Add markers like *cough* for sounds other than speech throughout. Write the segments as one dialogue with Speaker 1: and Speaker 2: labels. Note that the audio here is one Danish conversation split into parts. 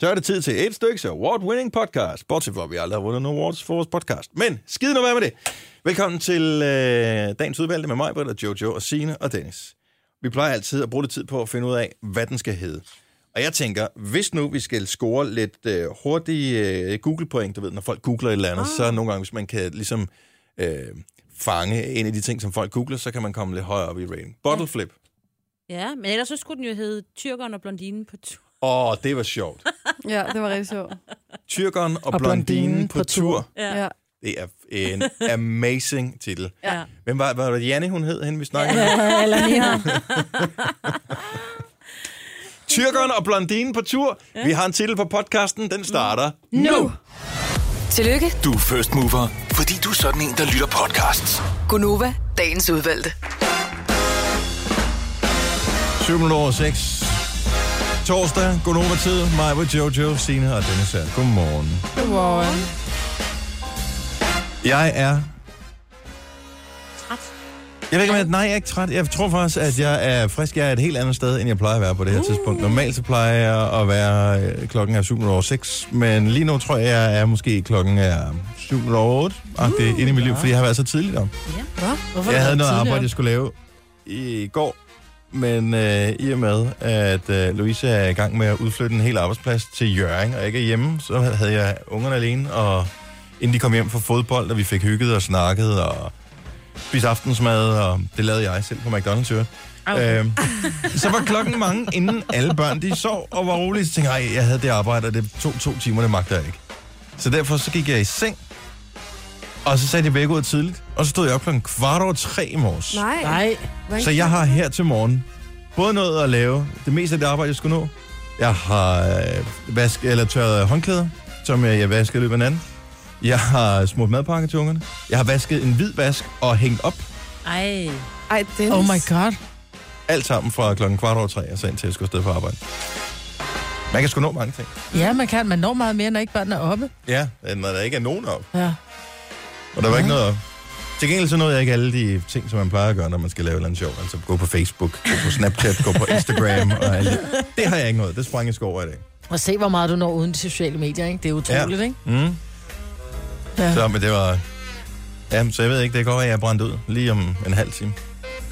Speaker 1: Så er det tid til et stykke award-winning podcast. Bortset fra, at vi aldrig har vundet nogen awards for vores podcast. Men skide nu være med det. Velkommen til øh, dagens udvalgte med mig, Britt, og Jojo, og Sine og Dennis. Vi plejer altid at bruge lidt tid på at finde ud af, hvad den skal hedde. Og jeg tænker, hvis nu vi skal score lidt øh, hurtige øh, Google-point, du ved, når folk googler et eller andet, ah. så nogle gange, hvis man kan ligesom øh, fange en af de ting, som folk googler, så kan man komme lidt højere op i rating. Bottle flip.
Speaker 2: Ja, men ellers så skulle den jo hedde Tyrkeren og Blondinen på tur.
Speaker 1: Åh, oh, det var sjovt.
Speaker 3: Ja, det var rigtig sjovt.
Speaker 1: Tyrkeren og, og
Speaker 3: Og
Speaker 1: blondinen,
Speaker 3: blondinen
Speaker 1: på,
Speaker 3: på
Speaker 1: tur. tur.
Speaker 3: Ja.
Speaker 2: Ja.
Speaker 3: ja.
Speaker 1: Det er en amazing titel.
Speaker 2: ja.
Speaker 1: Hvem var, var det Janne, hun hed, hende vi snakkede om?
Speaker 3: Eller mere.
Speaker 1: Tyrkeren og blondinen på tur. Vi har en titel på podcasten, den starter.
Speaker 3: Nu!
Speaker 4: Tillykke,
Speaker 5: Du er first mover, fordi du er sådan en, der lytter podcasts.
Speaker 4: Gunova, dagens udvalgte.
Speaker 1: 7 minutter over 6. Torsdag, Gonova-tid. Mig med Jojo, Sina og Dennis her. Godmorgen.
Speaker 3: Godmorgen.
Speaker 1: Jeg er...
Speaker 2: Træt.
Speaker 1: Jeg ved ikke, om jeg, nej, jeg er ikke træt. Jeg tror faktisk, at jeg er frisk. Jeg er et helt andet sted, end jeg plejer at være på det her tidspunkt. Normalt så plejer jeg at være øh, klokken er 7 minutter over 6, men lige nu tror jeg, jeg er måske klokken er 7 minutter over 8, og det er inde i mit liv, fordi jeg har været så tidligt om.
Speaker 3: Hvad? Hvorfor
Speaker 1: Jeg havde noget arbejde, jeg
Speaker 3: tidligere?
Speaker 1: skulle lave i går, men øh, i og med, at øh, Louise er i gang med at udflytte en hel arbejdsplads til Jøring, og ikke er hjemme, så havde jeg ungerne alene, og inden de kom hjem fra fodbold, og vi fik hygget og snakket og spist aftensmad, og det lavede jeg selv på McDonald's, jo. Okay. Øhm, så var klokken mange, inden alle børn de sov og var rolige. Så tænkte jeg, "Ej, jeg havde det arbejde, og det tog to timer, det magter jeg ikke. Så derfor så gik jeg i seng, og så satte jeg væk ud tidligt, og så stod jeg op klokken kvart over tre i morges.
Speaker 3: Nej.
Speaker 2: Nej.
Speaker 3: Hvordan
Speaker 1: Så jeg har her til morgen både noget at lave, det meste af det arbejde, jeg skulle nå. Jeg har øh, vask, eller tørret håndklæder, som jeg, jeg vaskede i løbet af natten. Jeg har smurt madpakker til ungerne. Jeg har vasket en hvid vask og hængt op
Speaker 2: Ej.
Speaker 3: Ej, Dennis.
Speaker 6: Oh my god.
Speaker 1: alt sammen fra klokken kvart over tre og så ind til, at jeg skulle afsted på arbejde. Man kan sgu nå mange ting.
Speaker 6: Ja, man kan. Man når meget mere, når ikke børnene er oppe.
Speaker 1: Ja, når der ikke er nogen op.
Speaker 6: Ja.
Speaker 1: Og der var ikke noget op. Til gengæld så nåede jeg ikke alle de ting, som man plejer at gøre, når man skal lave et eller andet sjov. Altså gå på Facebook, gå på Snapchat, gå på Instagram og alt det. Det har jeg ikke noget. Det sprang jeg sgu over i dag.
Speaker 6: Og se, hvor meget du når uden de sociale medier, ikke? Det er utroligt, ja. ikke?
Speaker 1: Mm.
Speaker 6: Ja.
Speaker 1: Så men det var... Jamen, så jeg ved ikke, det kan godt være, at jeg er brændt ud lige om en halv time.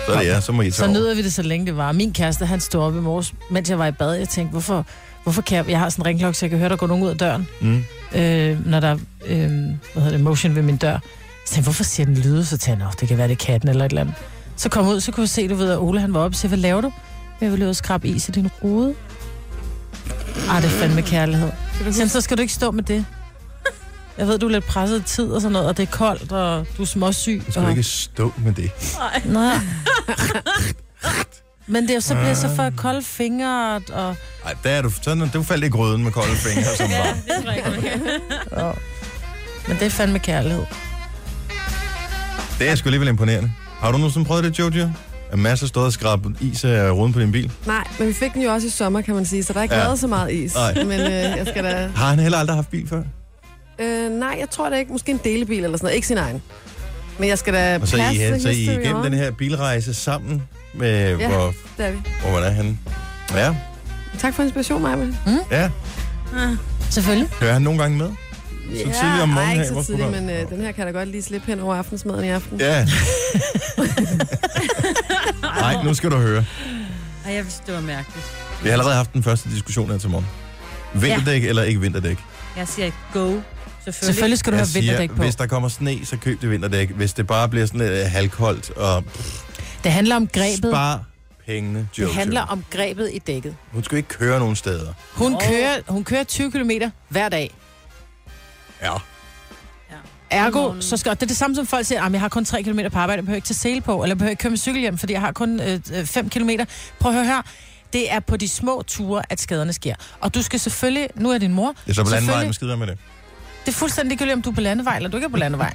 Speaker 1: Så er det ja, så må I tage
Speaker 6: Så
Speaker 1: over.
Speaker 6: nyder vi det, så længe det var. Min kæreste, han stod op i morges, mens jeg var i bad. Jeg tænkte, hvorfor, hvorfor kan jeg... Jeg har sådan en ringklokke, så jeg kan høre, der går nogen ud af døren,
Speaker 1: Mm.
Speaker 6: øh, når der er øh, hvad hedder det, motion ved min dør. Så tænkte jeg, hvorfor siger den lyde? Så tænkte jeg, "Nå, det kan være, det er katten eller et eller andet. Så kom jeg ud, så kunne jeg se, du ved, at Ole han var oppe og sagde, hvad laver du? Jeg vil løbe og skrabe is i din rude. Ej, det er fandme kærlighed. Jamen, så skal du ikke stå med det. Jeg ved, du er lidt presset af tid og sådan noget, og det er koldt, og du er småsyg.
Speaker 1: Så skal du
Speaker 6: Og...
Speaker 1: ikke stå med det. *laughs*
Speaker 6: Nej. Men det, er- så bliver jeg så
Speaker 1: Ah.
Speaker 6: for kolde fingre, og...
Speaker 1: Nej, der er du, sådan, du faldt i grøden med kolde fingre som barn.
Speaker 2: Det tror jeg ikke.
Speaker 6: Ja. Men det er fandme kærlighed.
Speaker 1: Det er sgu alligevel imponerende. Har du nogensinde prøvet det, Jojo? En masse stået og skrabe is af ruden på din bil.
Speaker 3: Nej, men vi fik den jo også i sommer, kan man sige, så der er ikke
Speaker 1: Ja.
Speaker 3: ja. lavet så meget is.
Speaker 1: Nej.
Speaker 3: Men øh, jeg skal da...
Speaker 1: Har han heller aldrig haft bil før?
Speaker 3: Øh, nej, jeg tror da ikke. Måske en delebil eller sådan noget. Ikke sin egen. Men jeg skal da
Speaker 1: Og så er I,
Speaker 3: passe
Speaker 1: ja, så er I
Speaker 3: history
Speaker 1: igennem
Speaker 3: on.
Speaker 1: den her bilrejse sammen med, ja.
Speaker 3: Ja.
Speaker 1: hvor,
Speaker 3: Det er vi.
Speaker 1: hvor man er henne. Ja,
Speaker 3: Tak for inspiration, Maja. Så
Speaker 1: ja.
Speaker 6: Selvfølgelig.
Speaker 1: Hører han nogle gange med? Så tidligt om morgenen
Speaker 3: nej,
Speaker 1: her
Speaker 3: ikke
Speaker 1: i
Speaker 3: så
Speaker 1: vores
Speaker 3: tidligt,
Speaker 1: program.
Speaker 3: men øh, den her kan da godt lige slippe hen over aftensmaden i aften.
Speaker 1: Ja. Nej, nu skal du høre.
Speaker 2: Ej, jeg synes, det var mærkeligt.
Speaker 1: Vi har allerede haft den første diskussion her til morgen. Vinterdæk ja. eller ikke vinterdæk?
Speaker 2: Jeg siger go. Selvfølgelig.
Speaker 6: Selvfølgelig skal du
Speaker 1: Jeg
Speaker 6: have vinterdæk på.
Speaker 1: hvis der kommer sne, så køb det vinterdæk. Hvis det bare bliver sådan lidt øh, halvkoldt og
Speaker 6: Det handler om grebet.
Speaker 1: spar pengene, Jojo.
Speaker 6: Det handler om grebet i dækket.
Speaker 1: Hun skal ikke køre nogen steder.
Speaker 6: Hun, kører, hun kører 20 km hver dag.
Speaker 1: Ja.
Speaker 6: Ergo, så skal, og det er det samme som folk siger, at jeg har kun 3 km på arbejde, jeg behøver ikke til sele på, eller jeg behøver ikke køre med cykel hjem, fordi jeg har kun 5 øh, km. Prøv at høre her. Det er på de små ture, at skaderne sker. Og du skal selvfølgelig, nu er din mor,
Speaker 1: Det er så på
Speaker 6: Selvfølgelig.
Speaker 1: landvejen, man skider med det.
Speaker 6: Det er fuldstændig ligegyldigt, om du er på landevej, eller du ikke er på
Speaker 1: *laughs*
Speaker 6: landevej.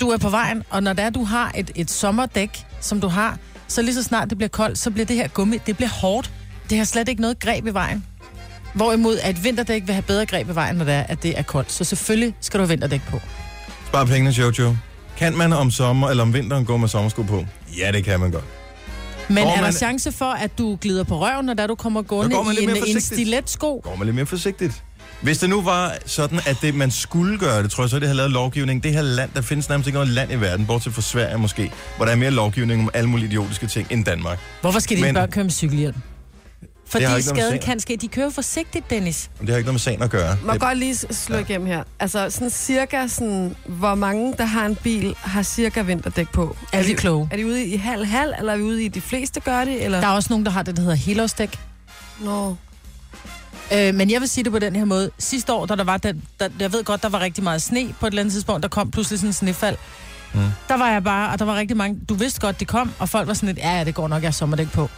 Speaker 6: Du er på vejen, og når det er, du har et, et sommerdæk, som du har, så lige så snart det bliver koldt, så bliver det her gummi, det bliver hårdt. Det har slet ikke noget greb i vejen. Hvorimod, at et vinterdæk vil have bedre greb i vejen, når det er, at det er koldt. Så selvfølgelig skal du have vinterdæk på.
Speaker 1: Spar pengene, Jojo. Kan man om sommer eller om vinteren gå med sommersko på? Ja, det kan man godt.
Speaker 6: Men
Speaker 1: Går
Speaker 6: er der
Speaker 1: man-
Speaker 6: chance for, at du glider på røven, når der du kommer gående
Speaker 1: går man
Speaker 6: i
Speaker 1: lidt
Speaker 6: en,
Speaker 1: mere
Speaker 6: en
Speaker 1: forsigtigt.
Speaker 6: stiletsko?
Speaker 1: Går man lidt mere forsigtigt. Hvis det nu var sådan, at det, man skulle gøre det, tror jeg så, det havde lavet lovgivning. Det her land, der findes nærmest ikke noget land i verden, bortset fra Sverige måske, hvor der er mere lovgivning om alle mulige idiotiske ting end Danmark.
Speaker 6: Hvorfor skal dine
Speaker 1: Men-
Speaker 6: Men... børn køre med cykelhjelm?
Speaker 1: ikke
Speaker 6: Fordi
Speaker 1: noget med
Speaker 6: skaden
Speaker 1: sagen.
Speaker 6: kan ske. De kører forsigtigt, Dennis.
Speaker 1: Men det har ikke noget med sagen at gøre.
Speaker 3: Må jeg
Speaker 1: Det-
Speaker 3: godt lige s- slå
Speaker 1: Ja.
Speaker 3: igennem her. Altså, sådan cirka sådan, hvor mange, der har en bil, har cirka vinterdæk på.
Speaker 6: Er vi kloge?
Speaker 3: Er de ude i halv-halv, eller er vi ude i, at de fleste gør det? Eller?
Speaker 6: Der er også nogen, der har det, der hedder helårsdæk.
Speaker 3: Nå.
Speaker 6: Øh, men jeg vil sige det på den her måde. Sidste år, da der var den, der, jeg ved godt, der var rigtig meget sne på et eller andet tidspunkt, der kom pludselig sådan en snefald.
Speaker 1: Mm.
Speaker 6: Mm. Der var jeg bare, og der var rigtig mange, du vidste godt, det kom, og folk var sådan lidt, ja, ja, det går nok, jeg har sommerdæk på.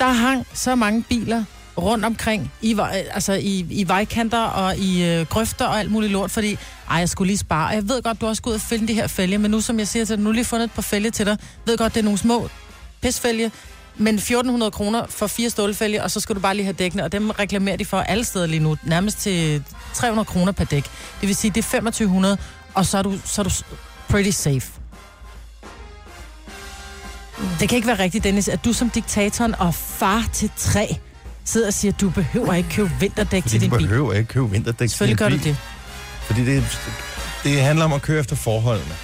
Speaker 6: Der hang så mange biler rundt omkring, i, vej- altså i, i vejkanter og i øh, grøfter og alt muligt lort, fordi, ej, jeg skulle lige spare. Og jeg ved godt, du også skulle ud og fælde de her fælge, men nu som jeg siger til dig, nu har jeg lige fundet et par fælge til dig. Jeg ved godt, det er nogle små pisfælge, men 1.400 kroner for fire stålfælge, og så skal du bare lige have dækkene, og dem reklamerer de for alle steder lige nu, nærmest til 300 kroner per dæk. Det vil sige, det er 2500, og så er du, så er du s- pretty safe. Det kan ikke være rigtigt, Dennis, at du som diktatoren og far til tre sidder og siger, at du behøver ikke købe vinterdæk
Speaker 1: Fordi
Speaker 6: til
Speaker 1: du
Speaker 6: din bil.
Speaker 1: behøver ikke købe vinterdæk til
Speaker 6: Selvfølgelig
Speaker 1: din
Speaker 6: gør du
Speaker 1: bil,
Speaker 6: det.
Speaker 1: Fordi det, det handler om at køre efter forholdene.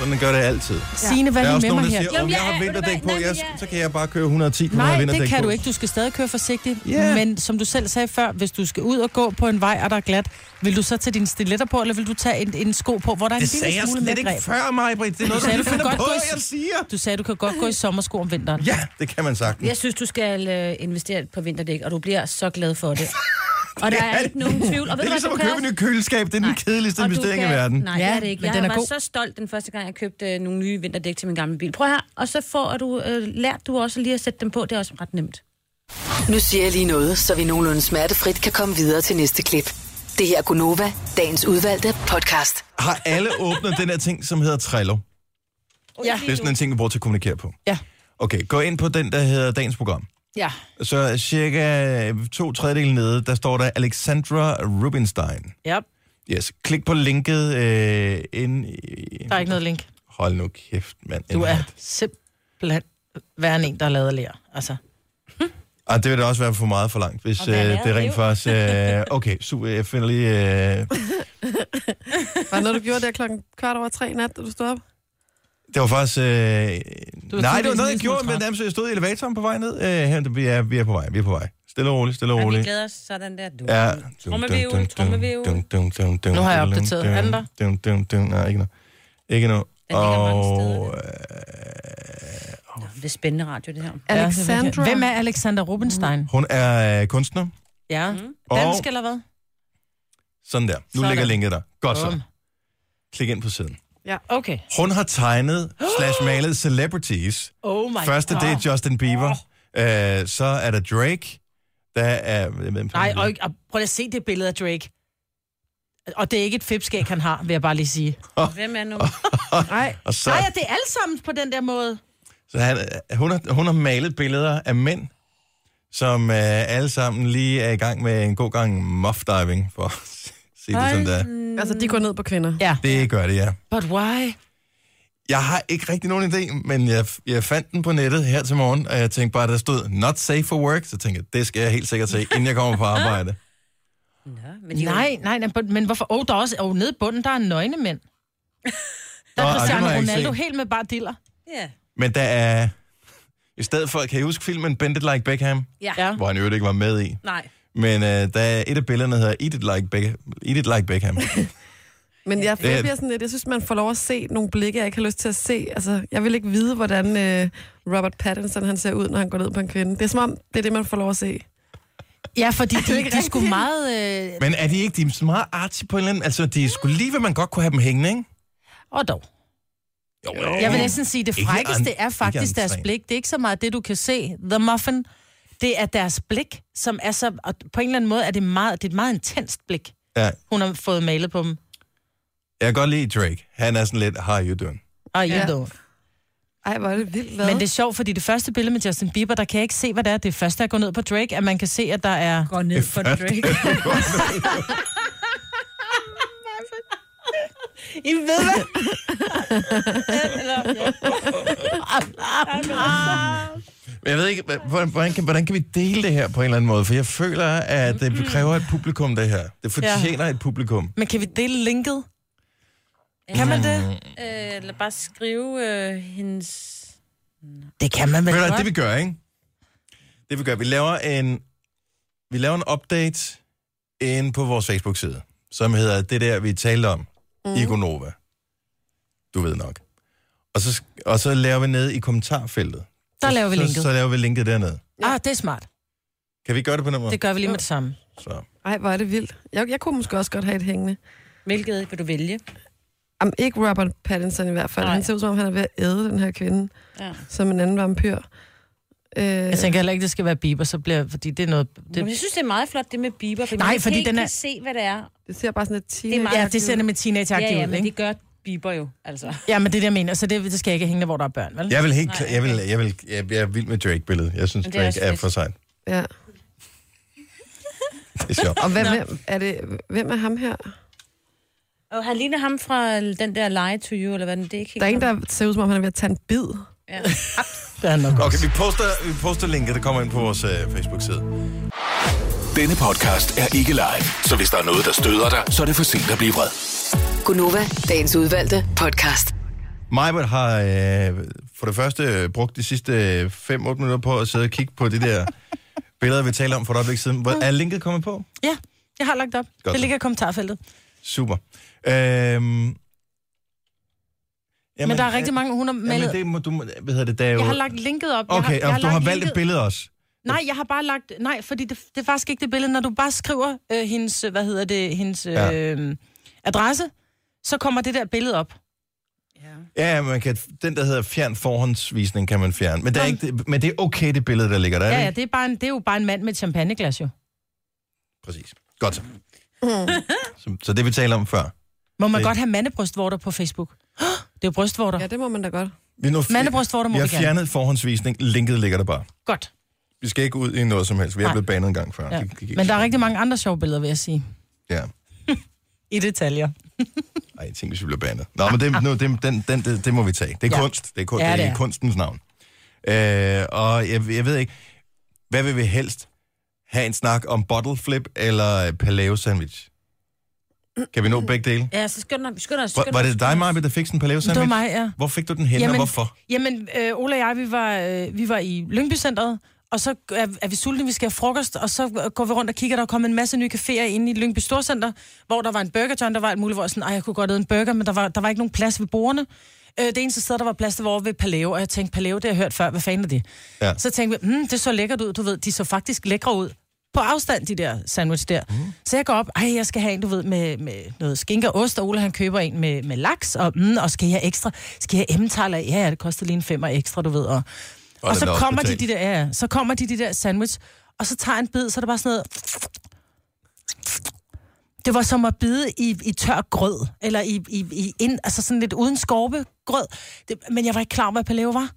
Speaker 1: Sådan gør det altid.
Speaker 6: Signe, hvad
Speaker 1: der
Speaker 6: er
Speaker 1: er
Speaker 6: vi
Speaker 1: også
Speaker 6: med mig
Speaker 1: nogen, der
Speaker 6: her?
Speaker 1: siger,
Speaker 2: Jamen,
Speaker 1: om jeg har
Speaker 2: ja, ved du
Speaker 1: vinterdæk på,
Speaker 2: hvad? Nej,
Speaker 1: jeg,
Speaker 2: men jeg-
Speaker 1: så kan jeg bare køre 110, når jeg har
Speaker 6: Nej,
Speaker 1: vinterdæk
Speaker 6: det kan
Speaker 1: på.
Speaker 6: du ikke. Du skal stadig køre forsigtigt.
Speaker 1: Ja.
Speaker 6: Yeah. Men som du selv sagde før, hvis du skal ud og gå på en vej, og der er glat, vil du så tage dine stiletter på, eller vil du tage en, en sko på, hvor der er en
Speaker 1: Det
Speaker 6: lille
Speaker 1: sagde jeg
Speaker 6: smule
Speaker 1: slet
Speaker 6: mere
Speaker 1: ikke
Speaker 6: greb?
Speaker 1: før, mig, Britt. Det er noget,
Speaker 6: sagde,
Speaker 1: du
Speaker 6: du kan
Speaker 1: finder
Speaker 6: godt
Speaker 1: på,
Speaker 6: gå i
Speaker 1: jeg siger.
Speaker 6: Du sagde, du kan godt gå i sommersko om vinteren.
Speaker 1: Ja, det kan man sagtens.
Speaker 2: Jeg synes, du skal øh, investere på vinterdæk, og du bliver så glad
Speaker 1: *laughs*
Speaker 2: for det. Og der er ikke nogen tvivl. Og
Speaker 1: Det er ligesom at købe et nyt køleskab. Det er den
Speaker 2: Nej.
Speaker 1: kedeligste
Speaker 2: Og du
Speaker 1: investering
Speaker 2: kan-
Speaker 1: i verden.
Speaker 2: Nej, ja,
Speaker 6: Ja,
Speaker 2: det er det ikke.
Speaker 6: men
Speaker 2: Jeg
Speaker 6: den er
Speaker 2: var
Speaker 6: god.
Speaker 2: så stolt den første gang, jeg købte øh, nogle nye vinterdæk til min gamle bil. Prøv her, og så får du øh, lært du også lige at sætte dem på. Det er også ret nemt.
Speaker 4: Nu siger jeg lige noget, så vi nogenlunde smertefrit kan komme videre til næste klip. Det her er Gunova, dagens udvalgte podcast.
Speaker 1: Har alle åbnet den her ting, som hedder Trello?
Speaker 6: Ja.
Speaker 1: Det er sådan en ting, vi bruger til at kommunikere på.
Speaker 6: Ja.
Speaker 1: Okay, gå ind på den, der hedder dagens program.
Speaker 6: ja.
Speaker 1: Så cirka to tredjedel nede, der står der Alexandra Rubinstein.
Speaker 6: ja.
Speaker 1: Yes, klik på linket øh, ind i...
Speaker 6: Der er ikke noget link.
Speaker 1: Hold nu kæft, mand.
Speaker 6: Du
Speaker 1: En
Speaker 6: er
Speaker 1: hat.
Speaker 6: simpelthen værre end en, der er lavet af ler. Altså.
Speaker 1: Ah, det vil da også være for meget for langt, hvis
Speaker 2: Og
Speaker 1: øh,
Speaker 2: hvad er
Speaker 1: det er
Speaker 2: det?
Speaker 1: rent for os. Øh, okay, super, jeg finder lige... Øh,
Speaker 3: Var det noget, du gjorde der klokken kvart over tre i nat, da du stod op?
Speaker 1: det var faktisk... Øh,
Speaker 6: Du var
Speaker 1: nej, det var
Speaker 6: tydeligvis
Speaker 1: noget, jeg
Speaker 6: en
Speaker 1: gjorde,
Speaker 6: smule
Speaker 1: men
Speaker 6: træt.
Speaker 1: nærmest, jeg stod i elevatoren på vej ned. Øh, her, vi, er, vi er på vej, vi er på vej. Stille og roligt, stille og
Speaker 2: Og vi
Speaker 1: roligt.
Speaker 2: glæder os sådan der. Du.
Speaker 1: Ja.
Speaker 2: Trommevirvel, trommevirvel.
Speaker 6: Nu har jeg opdateret. Er den der?
Speaker 1: Dum, dum, dum. Nej, ikke noget. Ikke noget.
Speaker 2: Den ligger mange
Speaker 1: Og
Speaker 2: steder, Nå, Det er spændende radio, det her.
Speaker 6: Ja, det er
Speaker 3: Alexandra.
Speaker 6: virkelig- Hvem er Alexander Rubinstein? Mm.
Speaker 1: hun er øh, kunstner.
Speaker 6: Ja.
Speaker 2: Mm.
Speaker 1: Og
Speaker 6: Dansk eller hvad?
Speaker 1: sådan der. Nu
Speaker 6: Sådan.
Speaker 1: ligger linket der. Godt så.
Speaker 6: Bum.
Speaker 1: Klik ind på siden.
Speaker 6: Mm. Okay.
Speaker 1: Hun har tegnet slash *gasps* malet celebrities.
Speaker 6: Oh my
Speaker 1: Første,
Speaker 6: God.
Speaker 1: det er Justin Bieber. Øh, så er der Drake. Der er... Hvem
Speaker 6: Nej,
Speaker 1: fanden er
Speaker 6: og,
Speaker 1: det?
Speaker 6: og prøv lige at se det billede af Drake. Og det er ikke et fipskæg, han har, vil jeg bare lige sige.
Speaker 2: Hvem er
Speaker 6: *laughs*
Speaker 2: nu?
Speaker 3: Nej.
Speaker 1: Og så,
Speaker 6: Nej, det er alle sammen på den der måde.
Speaker 1: så han, hun, har, hun har malet billeder af mænd, som øh, alle sammen lige er i gang med en god gang muff diving, for at sige det som det er.
Speaker 3: Altså, de går ned på kvinder.
Speaker 6: Ja.
Speaker 1: Det gør det, ja.
Speaker 6: But why?
Speaker 1: Jeg har ikke rigtig nogen idé, men jeg, jeg fandt den på nettet her til morgen, og jeg tænkte bare, der stod not safe for work, så tænkte jeg, det skal jeg helt sikkert se, inden jeg kommer på arbejde.
Speaker 2: Nå, men de-
Speaker 6: Nej, nej, nej, but- men hvorfor? Åh, oh, der er også, oh, nede i bunden, der er nøgne mænd. *laughs* Der
Speaker 1: Nå, ej, det
Speaker 6: er
Speaker 1: må
Speaker 6: Cristiano
Speaker 1: jeg ikke
Speaker 6: Ronaldo
Speaker 1: se.
Speaker 6: helt med bare diller.
Speaker 2: Ja.
Speaker 1: Men der er... I stedet for, kan I huske filmen Bend It Like Beckham,
Speaker 2: Ja.
Speaker 6: Ja.
Speaker 1: hvor han i øvrigt ikke var med i?
Speaker 2: Nej.
Speaker 1: Men øh, der er et af billederne, der hedder Eat It Like, Beckham. Eat it like *laughs* Beckham.
Speaker 3: Men jeg,
Speaker 1: Det er-
Speaker 3: jeg bliver sådan lidt, jeg synes, man får lov at se nogle blikke, jeg ikke har lyst til at se. Altså, jeg vil ikke vide, hvordan øh, Robert Pattinson han ser ud, når han går ned på en kvinde. Det er som om, det er det, man får lov at se.
Speaker 6: Ja, *laughs* fordi de,
Speaker 3: ikke
Speaker 6: de skulle meget... Øh...
Speaker 1: Men er de ikke de er så meget artige på en eller anden? Altså, de skulle lige, hvad man godt kunne have dem hængende, ikke?
Speaker 6: Og øh, dog.
Speaker 1: Jo,
Speaker 6: Jeg vil næsten sige, det
Speaker 1: Ikke an-
Speaker 6: frækkeste er
Speaker 1: ikke
Speaker 6: faktisk deres
Speaker 1: entréen.
Speaker 6: blik. Det er ikke så meget det, du kan se. The Muffin, det er deres blik, som er så... Og på en eller anden måde er det, meget, det er et meget intenst blik,
Speaker 1: Ja,
Speaker 6: hun har fået malet på dem.
Speaker 1: jeg kan godt lide Drake. Han er sådan lidt, how you doing?
Speaker 6: Og you
Speaker 3: Ja.
Speaker 6: know.
Speaker 3: Ej, hvor er det vildt lavet.
Speaker 6: Men det er sjovt, fordi det første billede med Justin Bieber, der kan jeg ikke se, hvad det er. Det første, jeg går ned på Drake, at man kan se, at der er...
Speaker 2: Går ned for Drake.
Speaker 6: I ved hvad?
Speaker 2: Eller, ja.
Speaker 1: Men jeg ved ikke, hva- hvordan, hvordan, kan, hvordan kan vi dele det her på en eller anden måde? For jeg føler, at det kræver et publikum, det her. Det fortjener et publikum.
Speaker 6: Men kan vi dele linket?
Speaker 2: Kan
Speaker 6: man det?
Speaker 2: Øh, eller bare skrive øh, hendes...
Speaker 6: Det kan man vel
Speaker 1: Men Ved du, hvad,
Speaker 6: godt.
Speaker 1: det vi gør, ikke? Det vi gør, vi laver en, vi laver en update inde på vores Facebook-side, som hedder det der, vi talte om, mm. i Gonova. Du ved nok. Og så, og så laver vi ned i kommentarfeltet.
Speaker 6: Der laver vi
Speaker 1: så,
Speaker 6: linket.
Speaker 1: Så laver vi linket dernede.
Speaker 6: Ah, det er smart.
Speaker 1: Kan vi gøre det på den måde?
Speaker 6: Det gør vi lige med det samme.
Speaker 1: Så.
Speaker 3: Ej, hvor er det vildt. Jeg, jeg kunne måske også godt have et hængende.
Speaker 2: Hvilket vil du vælge?
Speaker 3: Am, ikke Robert Pattinson i hvert fald.
Speaker 2: Nej.
Speaker 3: Nej. Han ser ud som om, han er ved at æde den her kvinde,
Speaker 2: Ja.
Speaker 3: som en anden vampyr. Øh,
Speaker 6: Jeg tænker heller ikke, det skal være Bieber, så bliver, fordi det er noget...
Speaker 2: Det... Jeg
Speaker 6: Det,
Speaker 2: synes, det er meget flot, det med Bieber, for
Speaker 6: Nej,
Speaker 2: man
Speaker 6: fordi
Speaker 2: ikke
Speaker 6: den er-
Speaker 2: kan se, hvad det er.
Speaker 3: det ser bare sådan lidt teenage.
Speaker 2: meget-
Speaker 6: ja, det ser nemlig teenage
Speaker 2: Ja, ja,
Speaker 6: ud,
Speaker 2: men
Speaker 6: ikke?
Speaker 2: det gør Bieber jo, altså.
Speaker 6: Ja, men det er det, jeg mener. Så det, det skal jeg ikke hænge, hvor der er børn, vel?
Speaker 1: Jeg vil helt klart, jeg, vil, jeg, vil, jeg, jeg er vild med Drake-billedet. Jeg synes,
Speaker 2: Men det er
Speaker 1: Drake
Speaker 2: også
Speaker 1: er
Speaker 2: fedt.
Speaker 1: for sejt.
Speaker 3: Ja.
Speaker 1: Det er sjovt.
Speaker 3: Og hvem, hvem, er det, hvem er ham her?
Speaker 2: Og han ligner ham fra den der Lie to You, eller hvad den det er ikke helt
Speaker 3: Der er en, der ser ud som om, han er ved at tage en bid.
Speaker 2: Ja.
Speaker 6: Det er nok
Speaker 1: Okay, vi poster, vi poster linket, der kommer ind på vores øh, Facebook-side.
Speaker 5: Denne podcast er ikke live, så hvis der er noget, der støder dig, så er det for sent at blive vred.
Speaker 4: Gunova, dagens udvalgte podcast.
Speaker 1: Majbert har øh, for det første øh, brugt de sidste 5-8 minutter på at sidde og kigge på det der billeder, vi talte om for et øjeblik siden. Hvor, er linket kommet på?
Speaker 6: Ja, jeg har lagt op.
Speaker 1: Godt.
Speaker 6: Det ligger i kommentarfeltet.
Speaker 1: Super. Øhm,
Speaker 6: Jamen, men der er rigtig mange, hun har
Speaker 1: øh, Jamen,
Speaker 6: meldt.
Speaker 1: det må du... må- Hvad hedder det? Der er jo...
Speaker 6: Jeg har lagt linket op.
Speaker 1: okay,
Speaker 6: jeg har, jeg
Speaker 1: og du har
Speaker 6: lagt
Speaker 1: valgt et
Speaker 6: linket-
Speaker 1: billede også.
Speaker 6: Nej, jeg har bare lagt... Nej, fordi det, det er faktisk ikke det billede. Når du bare skriver øh, hendes, øh, hvad hedder det, hendes øh,
Speaker 1: Ja.
Speaker 6: adresse, så kommer det der billede op.
Speaker 1: Ja, man kan, den, der hedder fjern forhåndsvisning, kan man fjerne. Men, der er ikke, men det er okay, det billede, der ligger der. er det
Speaker 6: Ja, ja,
Speaker 1: ikke?
Speaker 6: det er, bare en, det er jo bare en mand med et champagneglas, jo.
Speaker 1: Præcis. Godt så.
Speaker 6: Mm.
Speaker 1: så. Så det, vi talte om før.
Speaker 6: Må man
Speaker 1: Det-
Speaker 6: godt have mandebbrystvorter på Facebook? *gasps* Hå, Det er jo brystvorter.
Speaker 3: Ja, det må man da godt.
Speaker 1: Vi er nu
Speaker 6: Mandebrystvorter må
Speaker 1: vi har
Speaker 6: vi gerne.
Speaker 1: fjernet forhåndsvisning. Linket ligger der bare.
Speaker 6: Godt.
Speaker 1: Vi skal ikke ud i noget som helst. Vi er
Speaker 6: Nej.
Speaker 1: blevet banet en gang før.
Speaker 6: Ja.
Speaker 1: Det gik ikke
Speaker 6: Men der
Speaker 1: så
Speaker 6: er
Speaker 1: godt.
Speaker 6: rigtig mange andre sjove billeder, vil jeg sige.
Speaker 1: Ja.
Speaker 6: I detaljer.
Speaker 1: Ej, jeg tænkte, hvis vi blev banet. Nå, men det, nu, det, den, den, det, det må vi tage. Det er
Speaker 6: Ah, Ja.
Speaker 1: kunst. Det er, kun,
Speaker 6: Ja,
Speaker 1: det er,
Speaker 6: det er.
Speaker 1: kunstens navn. Øh, og jeg, jeg ved ikke, hvad vil vi helst? Have en snak om bottle flip eller paleo sandwich? Kan vi nå begge dele?
Speaker 2: Ja, så skynd dig, skynd dig, skynd
Speaker 1: Var,
Speaker 2: dig.
Speaker 1: var det dig, Maja, der fik sådan en paleo
Speaker 6: Det var
Speaker 1: sandwich?
Speaker 6: mig, ja.
Speaker 1: Hvor fik du den hen, og hvorfor?
Speaker 6: Jamen, øh, Ola og jeg, vi var, øh, vi var i Lyngbycentret, og så er, er vi sultne, vi skal have frokost, og så går vi rundt og kigger, der er kommet en masse nye caféer inde i Lyngby Storcenter, hvor der var en burger John, der var alt muligt, hvor jeg sådan, Ej, jeg kunne godt æde en burger, men der var, der var ikke nogen plads ved bordene. Øh, det eneste sted, der var plads, det var over ved Paleo, og jeg tænkte, Paleo, det har jeg hørt før, hvad fanden er det?
Speaker 1: Ja.
Speaker 6: Så tænkte vi, mm, det så lækkert ud, du ved, de så faktisk lækre ud på afstand, de der sandwich der. Mm. Så jeg går op, ej, jeg skal have en, du ved, med, med noget skinke og ost, og Ole han køber en med, med laks, og, mm, og skal jeg ekstra, skal jeg emmentaler? Ja, ja, det koster lige en femmer ekstra, du ved. Og, og,
Speaker 1: den
Speaker 6: så
Speaker 1: er også
Speaker 6: kommer de,
Speaker 1: betalt.
Speaker 6: de der, ja, ja, så kommer de, de der sandwich, og så tager jeg en bid, så er der bare sådan noget... Det var som at bide i, i tør grød, eller i, i, i ind, altså sådan lidt uden skorpe grød. Det, men jeg var ikke klar over, hvad paleo var.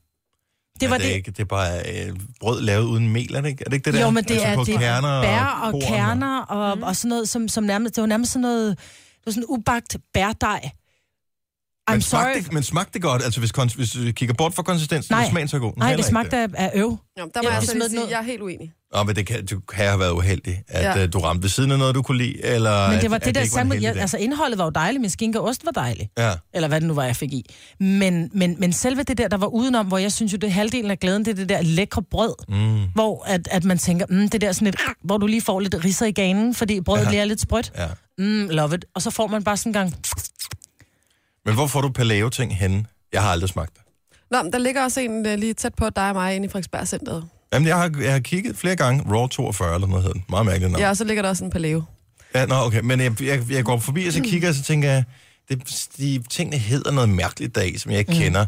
Speaker 6: Det var
Speaker 1: er det,
Speaker 6: det,
Speaker 1: Ikke, det er bare øh, brød lavet uden mel, er det ikke? Er det ikke det der?
Speaker 6: jo, men det
Speaker 1: Altså
Speaker 6: er,
Speaker 1: på
Speaker 6: det er
Speaker 1: kerner og
Speaker 6: bær og,
Speaker 1: korn
Speaker 6: kerner og, mm. og sådan noget, som, som nærmest, det var nærmest sådan noget, det var sådan ubagt bærdej. I'm
Speaker 1: Men
Speaker 6: sorry.
Speaker 1: smagte, det, men smagte det godt? Altså, hvis, kons- hvis vi kigger bort fra konsistensen,
Speaker 6: Nej.
Speaker 1: er smagen så god?
Speaker 6: Nej,
Speaker 1: Heller
Speaker 6: det
Speaker 1: ikke
Speaker 6: smagte af, af øv.
Speaker 3: Nå, der må
Speaker 6: Ja.
Speaker 3: jeg altså
Speaker 6: Smed
Speaker 3: lige
Speaker 6: den
Speaker 3: sige,
Speaker 6: ud.
Speaker 3: jeg er helt uenig.
Speaker 1: Nå, men det kan, du kan have været uheldig, at
Speaker 3: Ja.
Speaker 1: ja. du ramte ved siden af noget, du kunne lide, eller
Speaker 6: Men det var
Speaker 1: at,
Speaker 6: det, der
Speaker 1: at ikke var en
Speaker 6: sandwich,
Speaker 1: heldig
Speaker 6: jeg,
Speaker 1: dag.
Speaker 6: altså indholdet var jo dejligt, men skinke og ost var dejligt.
Speaker 1: Ja.
Speaker 6: Eller hvad det nu var, jeg fik i. Men, men, men selve det der, der var udenom, hvor jeg synes jo, det er halvdelen af glæden, det er det der lækre brød. Mm. Hvor at, at man tænker, mm, det der sådan et, hvor du lige får lidt ridser i ganen, fordi brødet lige er lidt sprødt.
Speaker 1: Ja.
Speaker 6: Mm, love it. Og så får man bare sådan en gang,
Speaker 1: Men hvor får du paleo-ting henne? Jeg har aldrig smagt det.
Speaker 3: Nå, men der ligger også en øh, lige tæt på dig og mig inde i Frederiksberg Centeret.
Speaker 1: Jamen, jeg har, jeg har kigget flere gange. Raw 42 eller noget hedder den. Meget mærkeligt navn.
Speaker 3: Ja, og så ligger der også en paleo.
Speaker 1: Ja, nå, okay. Men jeg, jeg, jeg går forbi, og så kigger, og så tænker jeg, det, de tingene hedder noget mærkeligt dag, som jeg
Speaker 6: Mhm.
Speaker 1: ikke mm. kender.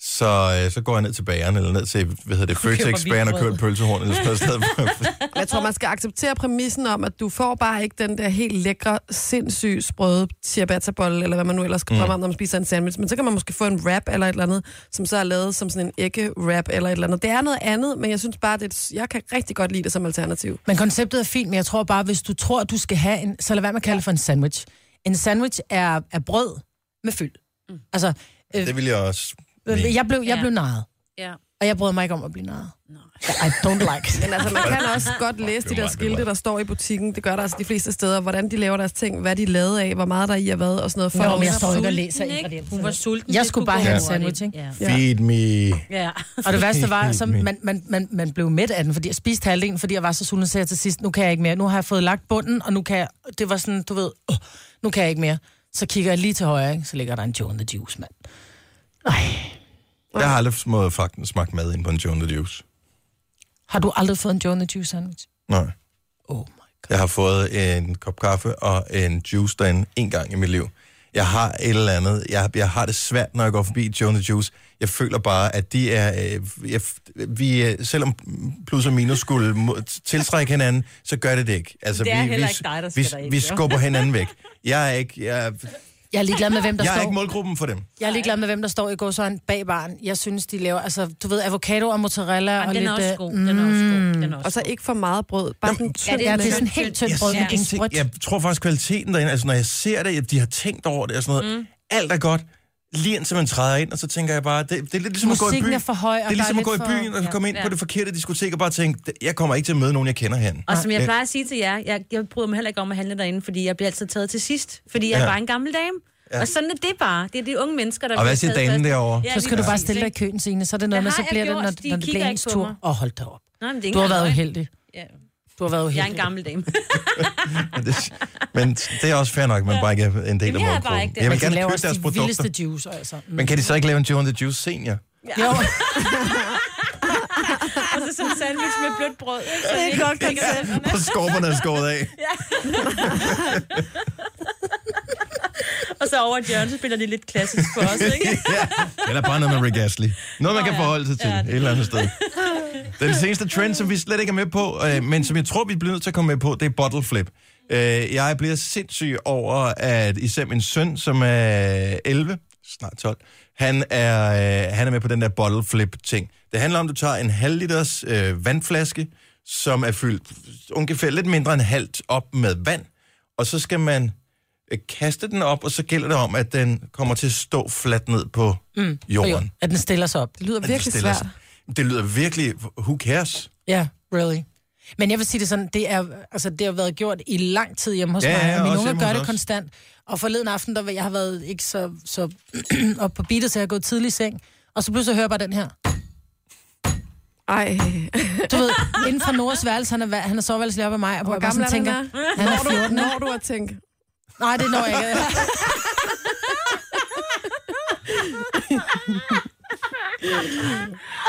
Speaker 1: Så, øh, så går jeg ned til bageren, eller ned til, hvad hedder det, Føtex bageren og køber et pølsehorn, eller sådan noget sted.
Speaker 6: *laughs*
Speaker 3: Men Jeg tror, man skal acceptere præmissen om, at du får bare ikke den der helt lækre, sindssygt sprøde ciabattabolle, eller hvad man nu ellers kan drømme om, når man spiser en sandwich. Men så kan man måske få en wrap eller et eller andet, som så er lavet som sådan en ægge-wrap eller et eller andet. Det er noget andet, men jeg synes bare, det er, jeg kan rigtig godt lide det som alternativ.
Speaker 6: Men konceptet er fint, men jeg tror bare, hvis du tror, at du skal have en... Så lad være med at kalde det for en sandwich. En sandwich er, er brød med fyld. Mm. Altså, øh,
Speaker 1: det vil jeg også...
Speaker 6: øh, jeg blev, jeg
Speaker 2: Ja.
Speaker 6: blev narret.
Speaker 2: Ja.
Speaker 6: Og jeg brød mig ikke om at blive narret. I don't like it.
Speaker 4: *laughs*
Speaker 3: Men altså, man kan også godt læse de
Speaker 1: Det er
Speaker 3: der
Speaker 1: mig, det er
Speaker 3: skilte,
Speaker 1: mig.
Speaker 3: der står i butikken. Det gør der altså de fleste steder. Hvordan de laver deres ting, hvad de er lavet af, hvor meget der er i og hvad, og sådan noget. For
Speaker 6: Nå,
Speaker 3: at
Speaker 6: men jeg
Speaker 3: undgå-
Speaker 6: står ikke og læser
Speaker 2: Sulten, ikke?
Speaker 6: ingredienserne.
Speaker 2: Hun var sulten.
Speaker 6: Jeg
Speaker 2: det
Speaker 6: skulle
Speaker 2: kunne
Speaker 6: bare
Speaker 2: gå
Speaker 6: have en
Speaker 2: hurtigt.
Speaker 6: sandwich, ikke?
Speaker 2: Ja.
Speaker 3: Ja.
Speaker 1: Feed me.
Speaker 2: ja.
Speaker 6: Og det værste var,
Speaker 1: Helt
Speaker 6: så
Speaker 1: vildt.
Speaker 6: man, man, man, man blev mæt af den, fordi jeg spiste halvdelen, fordi jeg var så sulten, så jeg til sidst, nu kan jeg ikke mere. Nu har jeg fået lagt bunden, og nu kan jeg, det var sådan, du ved, åh, nu kan jeg ikke mere. Så kigger jeg lige til højre, ikke? så ligger der en Joe and the Juice, mand. Ej,
Speaker 1: Jeg har aldrig smået faktisk smagt mad ind på en Joe and the Juice.
Speaker 6: har du aldrig fået en Joe and the Juice sandwich?
Speaker 1: Nej.
Speaker 6: Oh my god.
Speaker 1: Jeg har fået en kop kaffe og en juice derinde en gang i mit liv. Jeg har et eller andet. Jeg, jeg har det svært, når jeg går forbi Joe and the Juice. Jeg føler bare, at de er... Øh, jeg, vi, øh, selvom plus og minus skulle mo- tiltrække hinanden, så gør det det ikke. Altså,
Speaker 2: Det er
Speaker 1: vi,
Speaker 2: heller
Speaker 1: vi,
Speaker 2: ikke dig, der skal
Speaker 1: vi,
Speaker 2: derind,
Speaker 1: vi
Speaker 2: jo.
Speaker 1: skubber hinanden væk. Jeg er ikke, jeg,
Speaker 6: Jeg er ligeglad med, hvem der
Speaker 1: jeg er
Speaker 6: står.
Speaker 1: ikke målgruppen for dem.
Speaker 6: Jeg er ligeglad med, hvem der står i gåsøjne bag baren. Jeg synes, de laver, altså, du ved, avocado og mozzarella
Speaker 2: Ej,
Speaker 6: og
Speaker 2: den
Speaker 6: lidt...
Speaker 2: er også
Speaker 6: øh,
Speaker 2: god. Den er også god. Den er
Speaker 3: Og
Speaker 2: også
Speaker 3: så ikke for meget brød. Bare sådan tynd
Speaker 6: Ja, det er
Speaker 3: lækker.
Speaker 6: sådan helt tyndt
Speaker 1: Jeg,
Speaker 6: brød,
Speaker 1: ser
Speaker 6: men ikke
Speaker 1: ingenting.
Speaker 6: sprødt.
Speaker 1: jeg tror faktisk, kvaliteten derinde, altså når jeg ser det, jeg- de har tænkt over det og sådan noget, mm. alt er godt, lige indtil man træder ind, og så tænker jeg bare, det, det er lidt ligesom at gå i
Speaker 6: Musikken
Speaker 1: byen.
Speaker 6: er for høj, og
Speaker 1: det
Speaker 6: der
Speaker 1: er
Speaker 6: er
Speaker 1: ligesom at
Speaker 6: lidt
Speaker 1: gå i
Speaker 6: for-
Speaker 1: byen og
Speaker 6: ja,
Speaker 1: komme ind ja. på
Speaker 2: ja.
Speaker 1: det forkerte diskotek og bare tænke, jeg kommer ikke til at møde nogen, jeg kender herinde.
Speaker 2: Og som jeg
Speaker 1: Ja.
Speaker 2: plejer at sige til jer, jeg, jeg bryder mig heller ikke om at handle derinde, fordi jeg bliver altid taget til sidst, fordi jeg
Speaker 1: Ja.
Speaker 2: er bare en gammel dame. Ja. Og sådan er det bare. Det er de unge mennesker, der
Speaker 1: Og hvad
Speaker 2: bliver
Speaker 1: siger
Speaker 2: taget
Speaker 1: damen
Speaker 2: først.
Speaker 1: derovre?
Speaker 6: Så skal du
Speaker 2: lige
Speaker 6: bare
Speaker 2: præcis,
Speaker 6: stille dig i
Speaker 2: ikke?
Speaker 6: køen, Signe, så er det noget
Speaker 2: Det
Speaker 6: med,
Speaker 2: har
Speaker 6: så
Speaker 2: jeg
Speaker 6: bliver det,
Speaker 2: gjort.
Speaker 6: når,
Speaker 2: De
Speaker 6: når det
Speaker 2: kigger
Speaker 6: bliver
Speaker 2: ikke
Speaker 6: ens
Speaker 2: på
Speaker 6: tur.
Speaker 2: mig.
Speaker 6: Åh, oh, hold da op.
Speaker 2: Nå, men det er
Speaker 6: Du
Speaker 2: ikke
Speaker 6: har været
Speaker 2: engang løgn.
Speaker 6: uheldig.
Speaker 2: Ja.
Speaker 6: Du har været uheldig.
Speaker 2: Jeg er en gammel dame.
Speaker 1: *laughs* Men det- Men det er også fair nok, at man bare ikke er en del af
Speaker 2: Jamen, jeg er bare
Speaker 1: målgruppen.
Speaker 2: ikke det.
Speaker 1: Jeg vil
Speaker 2: Men
Speaker 6: Altså, de
Speaker 1: gerne
Speaker 6: laver
Speaker 1: købe
Speaker 6: også
Speaker 1: deres
Speaker 6: de
Speaker 1: produkter.
Speaker 6: vildeste juice, altså. Mm.
Speaker 1: Men kan de så ikke lave en Joe and the Juice senior?
Speaker 6: Jo,
Speaker 2: og så sådan en sandwich med blødt brød. Ikke? Så det er godt koncept.
Speaker 1: Og skorperne er skåret af.
Speaker 2: Og så over i Jørgen, så spiller de lidt klassisk for os, ikke?
Speaker 1: *laughs* ja. Eller bare noget med Rick Astley. Noget, man
Speaker 2: Nå,
Speaker 1: kan
Speaker 2: ja.
Speaker 1: forholde sig til
Speaker 2: Ja,
Speaker 1: et
Speaker 2: det-
Speaker 1: eller andet sted. Den seneste trend, som vi slet ikke er med på, øh, men som jeg tror, vi bliver nødt til at komme med på, det er bottle flip. Øh, jeg bliver sindssyg over, at især min søn, som er 11, snart 12, han er, øh, han er med på den der bottle flip-ting. Det handler om, at du tager en halv liters øh, vandflaske, som er fyldt ungefær lidt mindre end halvt op med vand, og så skal man øh, kaste den op, og så gælder det om, at den kommer til at stå fladt ned på mm, jorden.
Speaker 6: at den stiller sig op.
Speaker 3: Det lyder
Speaker 1: At den
Speaker 3: virkelig
Speaker 1: stiller
Speaker 3: svært.
Speaker 1: sig. Det lyder virkelig, who cares?
Speaker 6: Ja, really. Men jeg vil sige det sådan, det, er, altså, det har været gjort i lang tid hjemme hos
Speaker 1: Ja,
Speaker 6: mig,
Speaker 1: ja,
Speaker 6: og mine
Speaker 1: også
Speaker 6: unger
Speaker 1: hjemme
Speaker 6: gør
Speaker 1: hos
Speaker 6: det
Speaker 1: os.
Speaker 6: konstant. Og forleden aften, der var- jeg har været ikke så, så *clears throat* op på beatet, så jeg har gået tidlig i seng. Og så pludselig hører jeg bare den her.
Speaker 3: Ej,
Speaker 6: Du ved, inden for Noras værelse, han er, va- han er soveværelse lige op af mig, og hvor
Speaker 3: hvor
Speaker 6: jeg bare
Speaker 3: gammel er
Speaker 6: sådan
Speaker 3: den
Speaker 6: tænker,
Speaker 3: her?
Speaker 6: han er 14.
Speaker 3: Når du har tænkt,
Speaker 6: Nej, det når jeg ikke.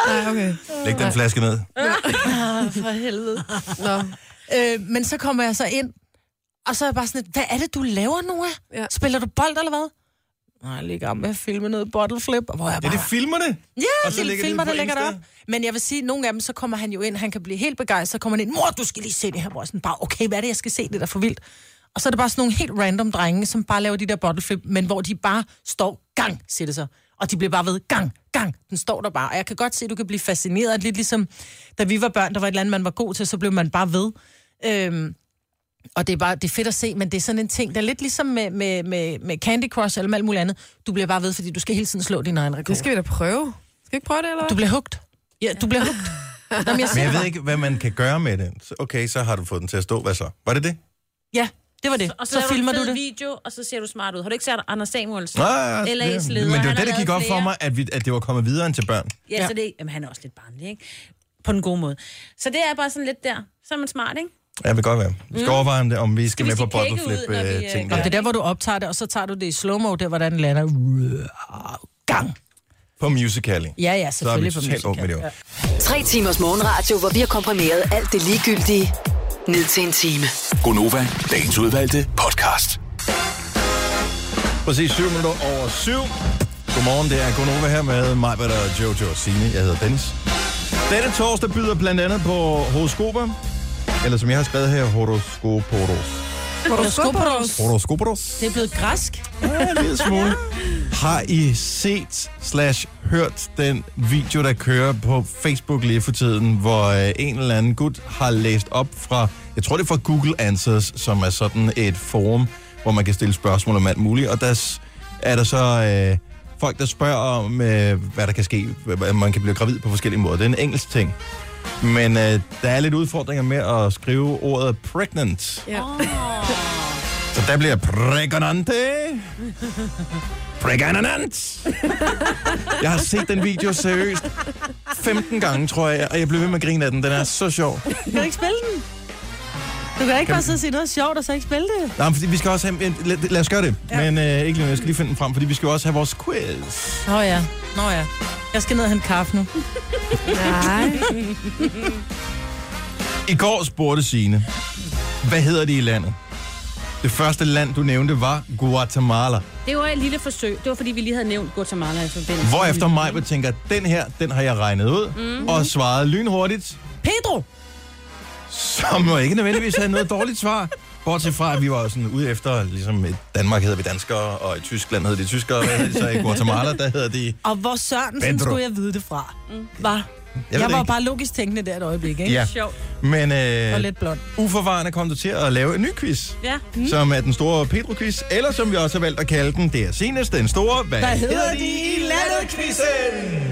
Speaker 3: nej, okay.
Speaker 1: Læg den flaske ned.
Speaker 6: For helvede.
Speaker 3: Nå,
Speaker 6: *laughs* Øh, men så kommer jeg så ind, og så er jeg bare sådan lidt, hvad er det, du laver, Noah?
Speaker 3: Ja.
Speaker 6: Ja. Spiller du bold, eller hvad? Nej, jeg ligger med at filme noget bottle flip, og hvor jeg
Speaker 1: Ja,
Speaker 6: bare...
Speaker 1: det filmer det.
Speaker 6: Ja,
Speaker 1: Og så
Speaker 6: det
Speaker 1: ligger
Speaker 6: er
Speaker 1: de
Speaker 6: filmer,
Speaker 1: på
Speaker 6: der lægger
Speaker 1: Insta.
Speaker 6: det op. Men jeg vil sige, at nogle af dem, så kommer han jo ind, han kan blive helt begejstret, så kommer han ind, mor, du skal lige se det her, hvor jeg sådan bare, okay, hvad er det, jeg skal se, det er da for vildt. Og så er det bare sådan nogle helt random drenge, som bare laver de der bottleflip, men hvor de bare står gang, siger det så. Og de bliver bare ved gang, gang, den står der bare. Og jeg kan godt se, at du kan blive fascineret, lidt ligesom, da vi var børn, der var et eller andet, man var god til, så blev man bare ved. Øhm, og det er bare det er fedt at se, men det er sådan en ting, der er lidt ligesom med, med, med, med Candy Crush eller med alt muligt andet. Du bliver bare ved, fordi du skal hele tiden slå din egen rekord.
Speaker 3: det skal vi da prøve. Skal vi ikke prøve det, eller
Speaker 6: Du
Speaker 3: hvad?
Speaker 6: bliver hugt. Ja, du bliver hugt. Nå, men jeg
Speaker 1: Men
Speaker 6: siger
Speaker 1: jeg ved
Speaker 6: bare-
Speaker 1: ikke, hvad man kan gøre med det. Så- Okay, så har du fået den til at stå. Hvad så? Var det Ah, det?
Speaker 6: Ja, det var det.
Speaker 2: *laughs* Og så,
Speaker 6: så
Speaker 2: laver
Speaker 6: filmer
Speaker 2: en
Speaker 6: du
Speaker 2: fed
Speaker 6: det.
Speaker 2: video, og så ser du smart ud. Har du ikke set Anders Samuelsen?
Speaker 1: Nå, ja, ja,
Speaker 2: LA's
Speaker 1: det-
Speaker 2: leder,
Speaker 1: Men det var
Speaker 2: han har
Speaker 1: det, der gik
Speaker 2: lavet
Speaker 1: op for
Speaker 2: flere.
Speaker 1: mig, at, vi, at det var kommet videre end til børn.
Speaker 2: Ja,
Speaker 6: Ja.
Speaker 2: så det, jamen, han er også lidt barnlig, ikke? På den gode måde. Så det er bare sådan lidt der. Så er man smart, ikke?
Speaker 1: Ja, det vil godt være. Vi skal overveje, om, det, om vi skal,
Speaker 2: Mm. Skal vi
Speaker 1: med på
Speaker 2: stikke
Speaker 1: bottle
Speaker 2: kække ud,
Speaker 1: flip
Speaker 2: når vi, øh,
Speaker 1: ting
Speaker 2: gør
Speaker 6: Og det
Speaker 1: der.
Speaker 6: er der, hvor du optager det, og så tager du det i slow-mo, der hvordan den lander. øh, Gang!
Speaker 1: På Musical.ly.
Speaker 6: Ja, ja,
Speaker 1: Så er vi
Speaker 6: selvfølgelig på
Speaker 1: totalt åbne med det.
Speaker 6: musical.
Speaker 1: Ja.
Speaker 4: Tre timers morgenradio, hvor vi har komprimeret alt det ligegyldige ned til en time.
Speaker 5: Gonova, dagens udvalgte podcast.
Speaker 1: Præcis 7 minutter over 7. Godmorgen, det er Gunova her med mig, og Jojo og Signe. Jeg hedder Dennis. Denne torsdag byder blandt andet på horoskoper. Eller som jeg har skrevet her, horoskoporos.
Speaker 3: Hvor du skubber os.
Speaker 1: Horoskoporos.
Speaker 6: Det er blevet græsk.
Speaker 1: Ja, en lille smule. Har I set slash hørt den video, der kører på Facebook lige for tiden, hvor øh, en eller anden gut har læst op fra, jeg tror det er fra Google Answers, som er sådan et forum, hvor man kan stille spørgsmål om alt muligt, og der s- er der så øh, folk, der spørger om, øh, hvad der kan ske, hvad- man kan blive gravid på forskellige måder. Det er en engelsk ting. Men øh, der er lidt udfordringer med at skrive ordet pregnant.
Speaker 3: Ja.
Speaker 1: Så der bliver pregnante. Pregnant. Jeg har set den video seriøst 15 gange, tror jeg, og jeg blev ved med at grine af den. Den er så sjov.
Speaker 6: Kan du ikke spille den? Du kan ikke bare sidde og sige noget sjovt, og så ikke spille det.
Speaker 1: Nej, men fordi vi skal også have... Lad, lad os gøre det. Ja. Men øh, ikke lige nu, jeg skal lige finde den frem, fordi vi skal jo også have vores quiz.
Speaker 6: Nå ja, nå ja. Jeg skal ned og hente kaffe nu.
Speaker 3: Nej.
Speaker 1: I går spurgte Signe, hvad hedder det i landet? Det første land, du nævnte, var Guatemala.
Speaker 2: Det var et lille forsøg. Det var, fordi vi lige havde nævnt Guatemala i forbindelse.
Speaker 1: Hvorefter mig tænker, den her, den har jeg regnet ud, mm-hmm. og svarede lynhurtigt,
Speaker 6: Pedro!
Speaker 1: som jo ikke nødvendigvis havde noget dårligt svar. Bortset fra, at vi var jo sådan ude efter, ligesom i Danmark hedder vi danskere, og i Tyskland hedder de tyskere, hvad hedder de så i Guatemala, der hedder de...
Speaker 6: Og hvor Sørensen
Speaker 1: Pedro.
Speaker 6: Pedro. skulle jeg vide det
Speaker 2: Mm.
Speaker 6: fra? Var? Jeg,
Speaker 1: ved
Speaker 6: jeg
Speaker 1: det
Speaker 6: var
Speaker 1: ikke.
Speaker 6: bare logisk tænkende der et øjeblik, ikke?
Speaker 1: Ja,
Speaker 2: Sjovt.
Speaker 1: men
Speaker 6: Og
Speaker 1: øh,
Speaker 6: lidt blond.
Speaker 1: uforvarende kom du til at lave en ny quiz,
Speaker 2: Ja.
Speaker 1: mm. som er den store Pedro-quiz, eller som vi også har valgt at kalde den, det er senest den store, hvad,
Speaker 6: Hvad hedder de i
Speaker 1: landet-quizzen?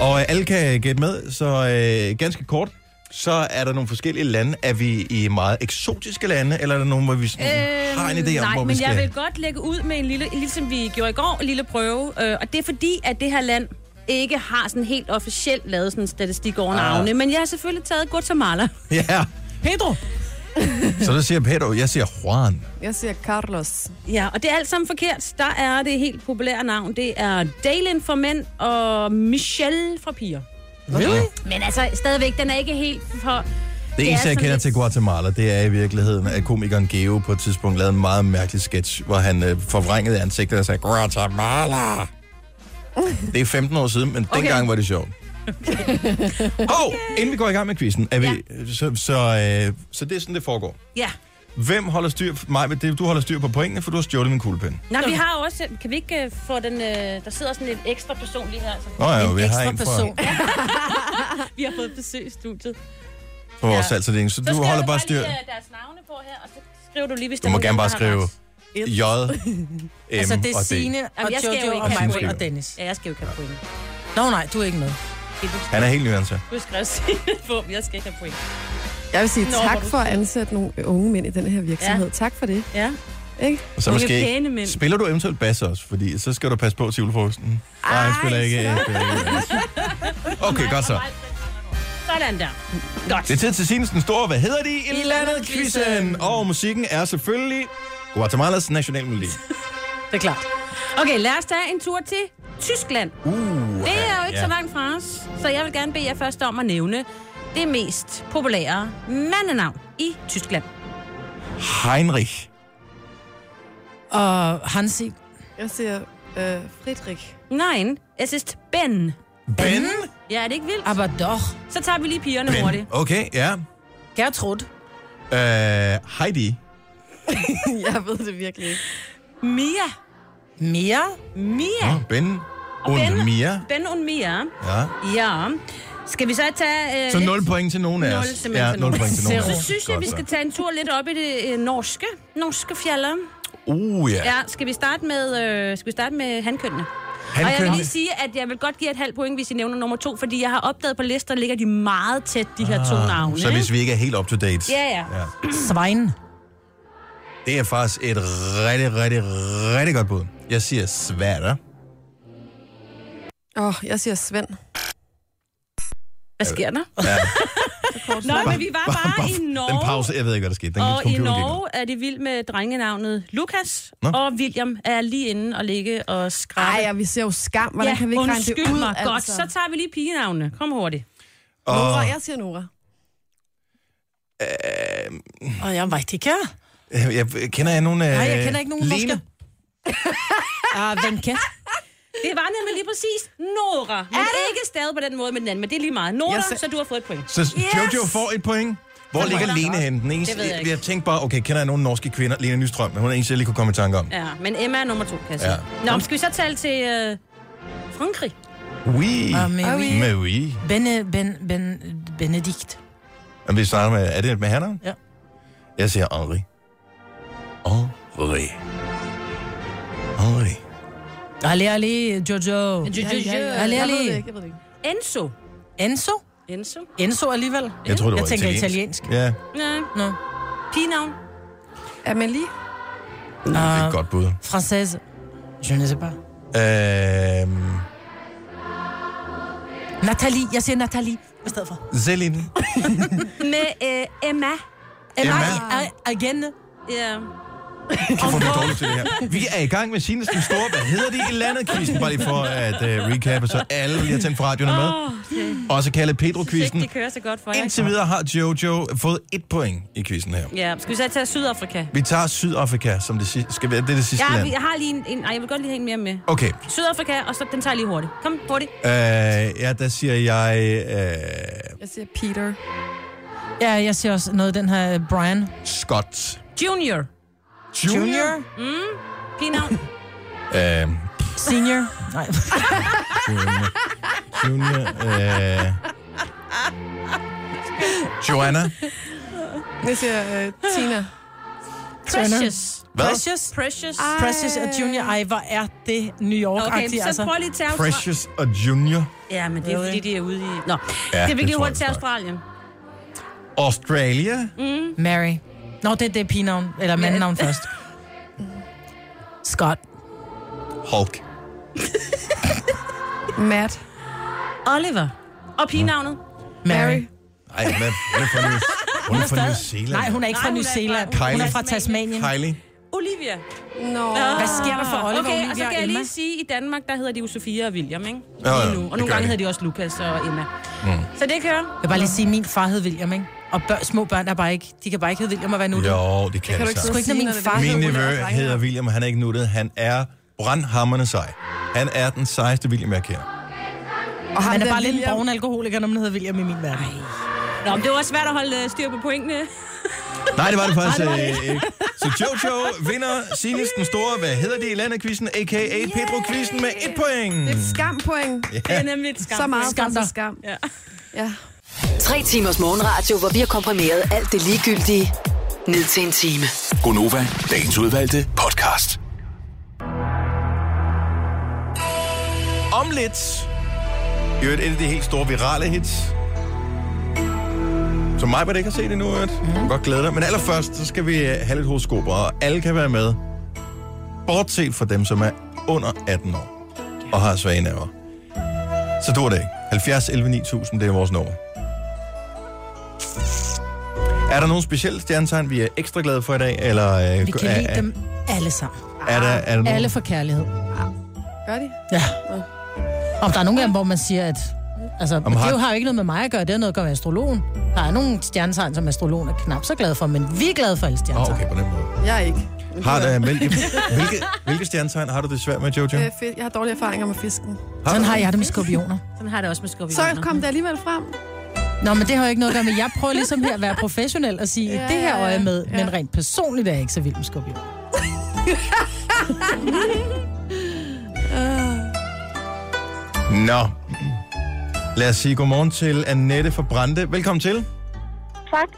Speaker 1: Og øh, alle kan gætte med, så øh, ganske kort, så er der nogle forskellige lande. Er vi i meget eksotiske lande, eller er der nogle, hvor vi sådan, øhm, har en idé om,
Speaker 2: Øh, nej,
Speaker 1: hvor
Speaker 2: men
Speaker 1: vi skal...
Speaker 2: jeg vil godt lægge ud med en lille, ligesom vi gjorde i går, en lille prøve. Øh, og det er fordi, at det her land ikke har sådan helt officielt lavet sådan en statistik
Speaker 1: Ah.
Speaker 2: over navne. Men jeg har selvfølgelig taget Guatemala. *laughs*
Speaker 1: *laughs* Ja,
Speaker 6: Pedro!
Speaker 1: så der siger Pedro, jeg siger Juan.
Speaker 3: Jeg siger Carlos.
Speaker 2: Ja, og det er alt sammen forkert. Der er det helt populære navn. Det er Dalen for mænd og Michelle fra piger.
Speaker 6: Really?
Speaker 2: Men altså, stadigvæk, den er ikke helt for...
Speaker 1: Det eneste, jeg
Speaker 2: sådan
Speaker 1: kender
Speaker 2: lidt-
Speaker 1: til Guatemala, det er i virkeligheden, at komikeren Geo på et tidspunkt lavede en meget mærkelig sketch, hvor han øh, forvrængede ansigtet og sagde, Guatemala! Det er 15 år siden, men okay. dengang var det sjovt. Okay. Hov, inden vi går i gang med quizzen, er vi, ja. så, så, øh, så det er sådan, det foregår.
Speaker 2: Ja.
Speaker 1: Hvem holder styr på mig? Du holder styr på pointene, for du har stjålet min kuglepen.
Speaker 2: Nå, vi har også... Kan vi ikke øh, få den... Øh, der sidder sådan en ekstra person lige her. Så
Speaker 1: Nå ja,
Speaker 6: en
Speaker 1: vi har
Speaker 6: ekstra
Speaker 1: en fra,
Speaker 6: person.
Speaker 2: vi har fået besøg i studiet.
Speaker 1: fra vores
Speaker 2: Ja.
Speaker 1: salgsadling, så, så du
Speaker 2: skriver
Speaker 1: holder bare
Speaker 2: lige,
Speaker 1: styr.
Speaker 2: øh, deres navne på her, og så skriver du lige, hvis
Speaker 1: Du må
Speaker 2: der er
Speaker 1: gerne bare
Speaker 2: nogen, der
Speaker 1: skrive
Speaker 2: har ret.
Speaker 1: J, M
Speaker 6: Altså, det er
Speaker 1: og D.
Speaker 6: Signe, og
Speaker 2: Jamen, jeg skal jo
Speaker 6: Jojo,
Speaker 2: ikke
Speaker 6: og
Speaker 1: have
Speaker 6: mig
Speaker 1: point.
Speaker 6: og Dennis.
Speaker 2: Ja, jeg skal jo ikke have point.
Speaker 6: Nå nej, du er ikke med.
Speaker 2: Det er du
Speaker 1: Han er helt nyansat.
Speaker 2: du skrev Signe på, men jeg skal ikke have point.
Speaker 3: Jeg vil sige
Speaker 2: Nå, hvor
Speaker 3: tak
Speaker 2: du
Speaker 3: for at ansætte nogle unge mænd i den her virksomhed.
Speaker 2: Ja.
Speaker 3: Ja. Tak for det.
Speaker 2: Ja.
Speaker 3: Ikke?
Speaker 1: Og så
Speaker 2: Nogle
Speaker 1: måske,
Speaker 2: pæne mænd.
Speaker 1: spiller du eventuelt bas også, fordi så skal du passe på til julefrokosten. Nej, jeg spiller ikke, jeg spiller ikke bas. Okay, godt så.
Speaker 2: Sådan der. Godt.
Speaker 1: Det er tid til Sines den store, hvad hedder de? I
Speaker 6: landet
Speaker 1: quizzen. Og musikken er selvfølgelig Guatemalas nationalmelodi.
Speaker 6: Det er klart.
Speaker 2: Okay, lad os tage en tur til Tyskland.
Speaker 1: Uh,
Speaker 2: Det er jo ikke så langt fra os, så jeg vil gerne bede jer først om at nævne det mest populære mandenavn i Tyskland.
Speaker 1: Heinrich.
Speaker 6: Og Hansi,
Speaker 3: Jeg siger øh, Friedrich.
Speaker 2: Nej, es ist Ben.
Speaker 1: Ben?
Speaker 2: Ja, er det ikke
Speaker 1: Ah.
Speaker 2: vildt?
Speaker 6: aber doch,
Speaker 2: Så tager vi lige pigerne hurtigt.
Speaker 1: Okay, ja.
Speaker 6: Gertrud,
Speaker 1: Uh, Heidi.
Speaker 3: *laughs* jeg ved det virkelig ikke.
Speaker 2: Mia.
Speaker 6: Mia,
Speaker 2: Mia.
Speaker 1: Ja. Ben. Und
Speaker 2: Ben.
Speaker 1: Mia.
Speaker 2: Ben og Mia.
Speaker 1: Ja.
Speaker 2: Ja. Skal vi så tage... Øh,
Speaker 1: Så
Speaker 2: lidt-
Speaker 1: 0 point til nogen af
Speaker 2: Nul
Speaker 1: os.
Speaker 2: simpelthen
Speaker 1: Ja,
Speaker 2: til
Speaker 1: 0
Speaker 2: nogen.
Speaker 1: point til nogen af
Speaker 6: Zero.
Speaker 1: os.
Speaker 2: Så synes jeg,
Speaker 1: Godt
Speaker 2: vi skal
Speaker 1: så.
Speaker 2: tage en tur lidt op i det øh, norske. Norske fjaller.
Speaker 1: Uh, ja.
Speaker 2: Ja, skal vi starte med, øh, skal vi starte med handkønnene?
Speaker 1: Han
Speaker 2: Og jeg vil
Speaker 1: kører-
Speaker 2: lige sige, at jeg vil godt give et halvt point, hvis I nævner nummer to, fordi jeg har opdaget på lister, ligger de meget tæt, de her to navne.
Speaker 1: Ah, Så hvis vi ikke er helt up to date.
Speaker 2: Ja, ja.
Speaker 1: ja.
Speaker 6: Svein,
Speaker 1: Det er faktisk et rigtig, rigtig, rigtig godt bud. Jeg siger Sverre.
Speaker 3: Åh, oh, jeg siger Svend.
Speaker 2: Hvad sker der?
Speaker 1: Ja.
Speaker 2: Nå, men vi var
Speaker 1: *laughs*
Speaker 2: bare i
Speaker 1: Den
Speaker 2: Norge.
Speaker 1: pause, jeg ved ikke, hvad der skete. Den
Speaker 2: Og i
Speaker 1: computer gik ned.
Speaker 2: Norge er det vild med drengenavnet Lukas,
Speaker 1: Nå.
Speaker 2: og William er lige inde og ligge og skrabe.
Speaker 3: Ej, ja, vi ser jo skam. Hvordan kan vi ikke regne det
Speaker 2: undskyld
Speaker 3: ud?
Speaker 2: mig. Godt,
Speaker 3: altså?
Speaker 2: så tager vi lige pigenavne. Kom hurtigt.
Speaker 3: Nora,
Speaker 1: Og
Speaker 3: jeg siger Nora.
Speaker 6: og jeg var ikke her.
Speaker 1: øh, jeg, kender jeg nogen... Øh,
Speaker 6: Nej, jeg kender ikke nogen
Speaker 1: Lene?
Speaker 6: norske. *laughs* Ah, hvem kan?
Speaker 2: Det var nemlig lige præcis Nora. Men ikke stadig på den måde med den anden, men det er lige meget. Nora,
Speaker 3: Jeg sa-
Speaker 2: så du har fået et point.
Speaker 1: Så Jojo får et point. Hvor ligger Lene henne? Den eneste,
Speaker 2: Det ved jeg
Speaker 1: jeg,
Speaker 2: ikke.
Speaker 1: jeg tænkte bare, okay, kender jeg nogen norske kvinder? Lene Nystrøm, hun er den eneste, jeg lige kunne komme i tanke om.
Speaker 2: Ja, men Emma er nummer to, kan jeg sige.
Speaker 1: Ja.
Speaker 2: Nå, men skal vi så tale til øh, Frankrig?
Speaker 1: Oui.
Speaker 6: Og med
Speaker 3: Ah,
Speaker 6: vi.
Speaker 3: oui.
Speaker 1: Med oui.
Speaker 6: Bene, ben, ben, Benedikt.
Speaker 1: Men vi starter med, er det med Hanna?
Speaker 6: Ja.
Speaker 1: Jeg siger Henri. Henri. Henri.
Speaker 6: Ali, Ali, Jojo.
Speaker 2: Jo, jo, jo.
Speaker 6: Ali,
Speaker 3: Jeg ved det
Speaker 6: Ali.
Speaker 3: ikke, jeg ved det ikke.
Speaker 2: Enzo.
Speaker 6: Enzo?
Speaker 2: Enzo?
Speaker 6: Enzo alligevel.
Speaker 1: Jeg tror, det var
Speaker 6: Jeg tænker
Speaker 1: italiensk. Ja,
Speaker 2: Nej.
Speaker 6: Nå.
Speaker 2: Pigenavn?
Speaker 3: Amelie?
Speaker 1: det er et godt bud.
Speaker 6: Française. Je ne sais pas.
Speaker 1: Øhm,
Speaker 6: Nathalie. Jeg siger Nathalie i stedet for.
Speaker 1: *laughs* Celine.
Speaker 2: Med øh, Emma.
Speaker 1: Emma.
Speaker 6: Ej, ej, igen.
Speaker 2: Ja.
Speaker 1: Kan få mig dårligt til det her. Vi er i gang med Sines den store. Hvad hedder det i landet, Kvisten? Bare lige for at uh, recappe, så alle lige har tændt for radioen er med.
Speaker 2: Åh, det-
Speaker 1: Også kaldet
Speaker 2: hvis ikke
Speaker 1: Pedro-kvisten.
Speaker 2: det kører så godt for jer.
Speaker 1: Indtil videre har Jojo fået et point i quizzen her.
Speaker 2: Ja, skal vi så tage Sydafrika?
Speaker 1: Vi tager Sydafrika, som det si- skal være det, er det sidste
Speaker 2: Ja,
Speaker 1: land.
Speaker 2: vi- jeg har lige en, en... Ej, jeg vil godt lige have en mere med.
Speaker 1: Okay,
Speaker 2: Sydafrika, og så den tager jeg lige hurtigt. Kom, hurtigt.
Speaker 1: øh, ja, der siger jeg... Øh,
Speaker 3: Jeg siger Peter.
Speaker 6: Ja, jeg siger også noget af den her øh, Brian.
Speaker 1: Scott
Speaker 2: Junior.
Speaker 1: Junior.
Speaker 2: Pigenavn.
Speaker 1: Øh,
Speaker 6: Senior. *laughs* Nej.
Speaker 1: Junior. Junior. Øh, Joanna.
Speaker 3: Jeg siger øh, Tina.
Speaker 2: Precious.
Speaker 1: Hvad?
Speaker 6: Precious.
Speaker 2: Precious.
Speaker 6: Precious og Junior. Ej, hvor er det New
Speaker 2: Okay,
Speaker 6: York-agtigt,
Speaker 2: så
Speaker 6: altså.
Speaker 2: prøv lige at tage Austra-
Speaker 1: Precious og Junior.
Speaker 2: Ja, men det er fordi, de er ude i...
Speaker 1: Ja,
Speaker 2: Nå, det er
Speaker 1: det
Speaker 2: virkelig
Speaker 1: tror
Speaker 2: hurtigt til
Speaker 1: jeg, vi
Speaker 2: Australien.
Speaker 1: Australia.
Speaker 6: Mary. Nå, det, det er pigenavn, eller *laughs* mandnavn først. Scott.
Speaker 1: Hulk.
Speaker 3: Matt.
Speaker 2: Oliver. Og pigenavnet?
Speaker 6: Mary.
Speaker 1: Ej, hvad, hun er fra New, hun er fra New Zealand.
Speaker 6: Nej, hun er ikke
Speaker 2: Nej,
Speaker 6: fra
Speaker 2: hun
Speaker 6: New
Speaker 2: er fra-
Speaker 6: Zealand.
Speaker 1: Kylie.
Speaker 6: Hun er fra Tasmanien.
Speaker 1: Kylie.
Speaker 2: Olivia.
Speaker 3: Nå.
Speaker 6: Hvad sker der for Oliver,
Speaker 2: Okay, og
Speaker 6: Olivia
Speaker 2: så kan
Speaker 6: og
Speaker 2: jeg
Speaker 6: Emma?
Speaker 2: lige sige, at i Danmark, der hedder de jo Sofia og William, ikke?
Speaker 1: Jo, jo,
Speaker 2: Lige nu.
Speaker 1: det
Speaker 2: Og
Speaker 1: gør
Speaker 2: nogle gange
Speaker 1: de. Mm.
Speaker 2: hedder de også Lukas og Emma. Så det kører.
Speaker 6: Jeg vil bare lige sige, at min far hed William, ikke? Og bør, små børn er bare ikke, de kan bare ikke hedde William og være nu.
Speaker 1: Jo, det kan
Speaker 3: Kan du
Speaker 1: det
Speaker 3: ikke
Speaker 1: så.
Speaker 6: Sgu
Speaker 3: sidde
Speaker 6: ikke,
Speaker 3: og sige,
Speaker 6: når min
Speaker 3: det
Speaker 6: far
Speaker 3: bliver
Speaker 1: Min
Speaker 3: sådan nogle
Speaker 1: nevø
Speaker 3: drenge?
Speaker 1: hedder William, og han er ikke nuttet. Han er brandhammerne sej. Han er den sejeste William, jeg kender.
Speaker 3: Og ham
Speaker 6: Han er
Speaker 3: der
Speaker 6: bare lidt en
Speaker 3: William.
Speaker 6: brogen alkoholiker, når man hedder William i min verden.
Speaker 2: Nå, men det var svært at holde øh, styr på pointene. *laughs*
Speaker 1: Nej, det var det faktisk øh, ikke. Så Jojo vinder Sinis den store, hvad hedder det i landet-quizzen, a.k.a. Pedro-quizzen med et point.
Speaker 3: Et skampoint.
Speaker 2: Det er nemlig et skam.
Speaker 3: Så meget
Speaker 6: Skam
Speaker 3: skam,
Speaker 6: dig.
Speaker 3: skam.
Speaker 2: Ja.
Speaker 3: Ja.
Speaker 4: Tre timers morgenradio, hvor vi har komprimeret alt det ligegyldige ned til en time.
Speaker 5: Gonova, dagens udvalgte podcast.
Speaker 1: Om lidt. I øvrigt et af de helt store virale hits. Som mig, ikke har set endnu, øvrigt. Mm. Godt glæde dig. Men allerførst, så skal vi øh, have lidt horoskoper, og alle kan være med. Bortset fra dem, som er under 18 år og har svage nerver. Så dur det ikke. 70 11 9000, det er vores nummer. Er der nogen specielle stjernetegn, vi er ekstra glade for i dag? Eller, øh,
Speaker 6: Vi kan
Speaker 1: er,
Speaker 6: lide dem alle sammen.
Speaker 1: Er, er, der, er der nogen?
Speaker 6: Alle for kærlighed.
Speaker 3: Gør de?
Speaker 6: Ja. Om der er nogen af dem, hvor man siger, at... Altså, Om det
Speaker 1: har-
Speaker 6: har... har jo ikke noget med mig at gøre, det har noget at gøre med astrologen. Der er nogle stjernetegn, som astrologen er knap så glad for, men vi er glade for
Speaker 1: Åh,
Speaker 6: alle stjernetegn.
Speaker 1: okay, på den måde.
Speaker 3: Jeg er ikke.
Speaker 1: Har der, hvilke, hvilke, hvilke stjernetegn har du det svært med, Jojo?
Speaker 3: Øh, fe- Jeg har dårlige erfaringer med fisken.
Speaker 6: Sådan har jeg det med skorpioner.
Speaker 2: Sådan har jeg det også med skorpioner.
Speaker 3: Så kom det alligevel frem.
Speaker 6: Nå, men det har jo ikke noget at gøre med. Jeg prøver ligesom her at være professionel og sige, ja, det her øje med, ja. men rent personligt er jeg ikke så vild med skorpioner.
Speaker 1: Nå. Lad os sige godmorgen til Annette fra Brande. Velkommen til.
Speaker 7: Tak.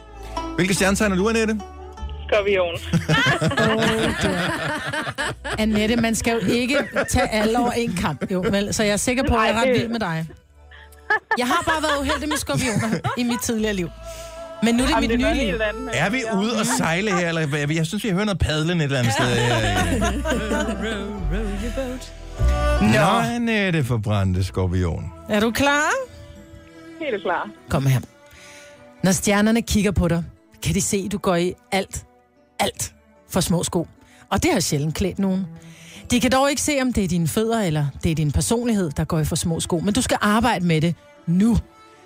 Speaker 1: Hvilke stjernetegn er du, Annette?
Speaker 7: Skorpion.
Speaker 6: Annette, man skal jo ikke tage alle over en kamp, jo, vel? Så jeg er sikker på, at jeg er
Speaker 7: Nej,
Speaker 6: ret
Speaker 7: det-
Speaker 6: vild med dig. Jeg har bare været uheldig med skorpioner i mit tidligere liv. Men nu er det mit
Speaker 7: Jamen, det er
Speaker 6: nye
Speaker 7: noget
Speaker 6: liv.
Speaker 7: helt andet.
Speaker 1: Er vi ude og sejle her, eller hvad? Jeg synes, vi hører noget padlen et eller andet sted. her. Nå, Annette fra Brande, skorpion.
Speaker 6: Er du klar?
Speaker 7: Helt klar.
Speaker 6: Kom her. Når stjernerne kigger på dig, kan de se, at du går i alt, alt for små sko. Og det har sjældent klædt nogen. De kan dog ikke se, om det er dine fødder eller det er din personlighed, der går i for små sko. Men du skal arbejde med det nu.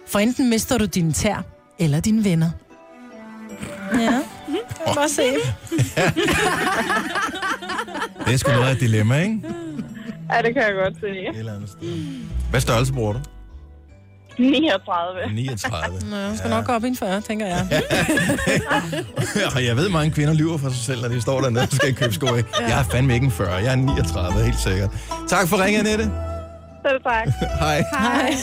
Speaker 6: For enten mister du dine tær eller dine venner. Ja, bare se.
Speaker 1: Det er sgu noget af et dilemma, ikke?
Speaker 7: Ja, det kan jeg godt se.
Speaker 1: Et eller andet sted. Hvad størrelse bruger du?
Speaker 7: 39.
Speaker 1: 39.
Speaker 6: Du skal nok gå op i en 40, tænker jeg.
Speaker 1: Og jeg ved, mange kvinder lyver for sig selv, når de står dernede og skal købe sko af. Jeg er fandme ikke en 40, jeg er 39, helt sikkert. Tak for ringen, Annette.
Speaker 7: Selv tak.
Speaker 1: Hej.
Speaker 6: Hej.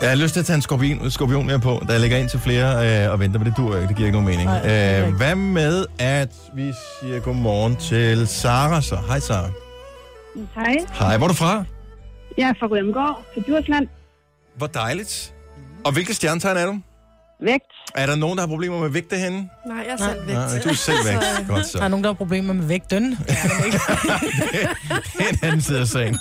Speaker 1: Jeg har lyst til at tage en skorpion, skorpion med på, der ligger ind til flere øh, og venter, men det dur ikke. Det giver ikke nogen mening.
Speaker 6: Nej, det giver
Speaker 1: Nej, øh,
Speaker 6: ikke.
Speaker 1: hvad med, at vi siger godmorgen til Sara så? Hej Sara.
Speaker 8: Hej,
Speaker 1: Hej, hvor er du fra?
Speaker 8: jeg er fra Rømgaard på Djursland.
Speaker 1: Hvor dejligt. Og hvilket stjernetegn er du?
Speaker 8: Vægt.
Speaker 1: Er der nogen, der har problemer med vægte henne?
Speaker 3: Nej, jeg er selv væk.
Speaker 1: Nej, du er selv væk. Godt
Speaker 6: Der er
Speaker 1: så.
Speaker 6: nogen, der har problemer med vægtdøn.
Speaker 1: En anden side af sagen.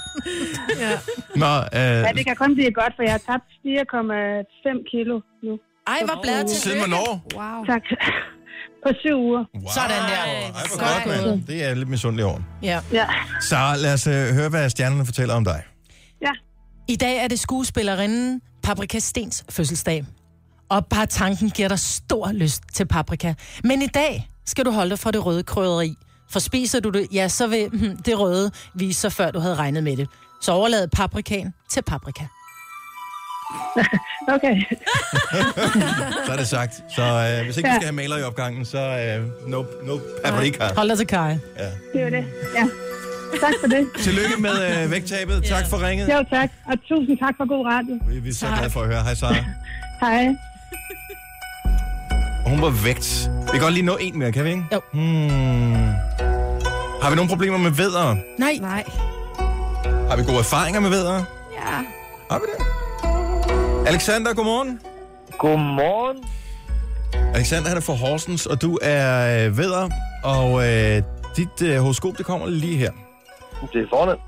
Speaker 3: Ja.
Speaker 1: Nå, øh,
Speaker 8: Ja, det kan kun blive godt, for jeg har tabt 4,5 kilo nu.
Speaker 6: Ej, hvor bladet til.
Speaker 1: siden hvornår?
Speaker 3: Wow.
Speaker 8: Tak. På syv uger.
Speaker 1: Wow.
Speaker 6: Sådan der.
Speaker 1: Ej, hvor godt, mand. Det er jeg lidt misundelig over.
Speaker 6: Ja.
Speaker 8: Ja.
Speaker 1: Sara, lad os øh, høre, hvad stjernerne fortæller om dig.
Speaker 6: I dag er det skuespillerinden Paprika Stens fødselsdag. Og bare tanken giver dig stor lyst til paprika. Men i dag skal du holde dig fra det røde krydderi. For spiser du det, ja, så vil hm, det røde vise sig, før du havde regnet med det. Så overlad paprikaen til paprika.
Speaker 8: Okay.
Speaker 1: Så er det sagt. Så øh, hvis ikke vi skal have maler i opgangen, så øh, no, no paprika.
Speaker 6: Hold dig til Kaja.
Speaker 8: Det var det. Ja. Tak for det.
Speaker 1: Tillykke med øh, vægttabet. Tak for ringet.
Speaker 8: Jo, tak. Og tusind tak for god radio.
Speaker 1: Vi, vi er så glade for at høre. Hej, Sara.
Speaker 8: Hej.
Speaker 1: Og Hun var vægt. Vi kan godt lige nå en mere, kan vi ikke?
Speaker 6: Jo.
Speaker 1: Hmm. Har vi nogle problemer med vædder?
Speaker 6: Nej,
Speaker 3: Nej.
Speaker 1: Har vi gode erfaringer med vædder?
Speaker 3: Ja.
Speaker 1: Har vi det? Alexander, godmorgen.
Speaker 9: Godmorgen.
Speaker 1: Alexander, han er fra Horsens, og du er øh, vædder. Og øh, dit øh, horoskop, det kommer lige her.
Speaker 9: Det er fornemt.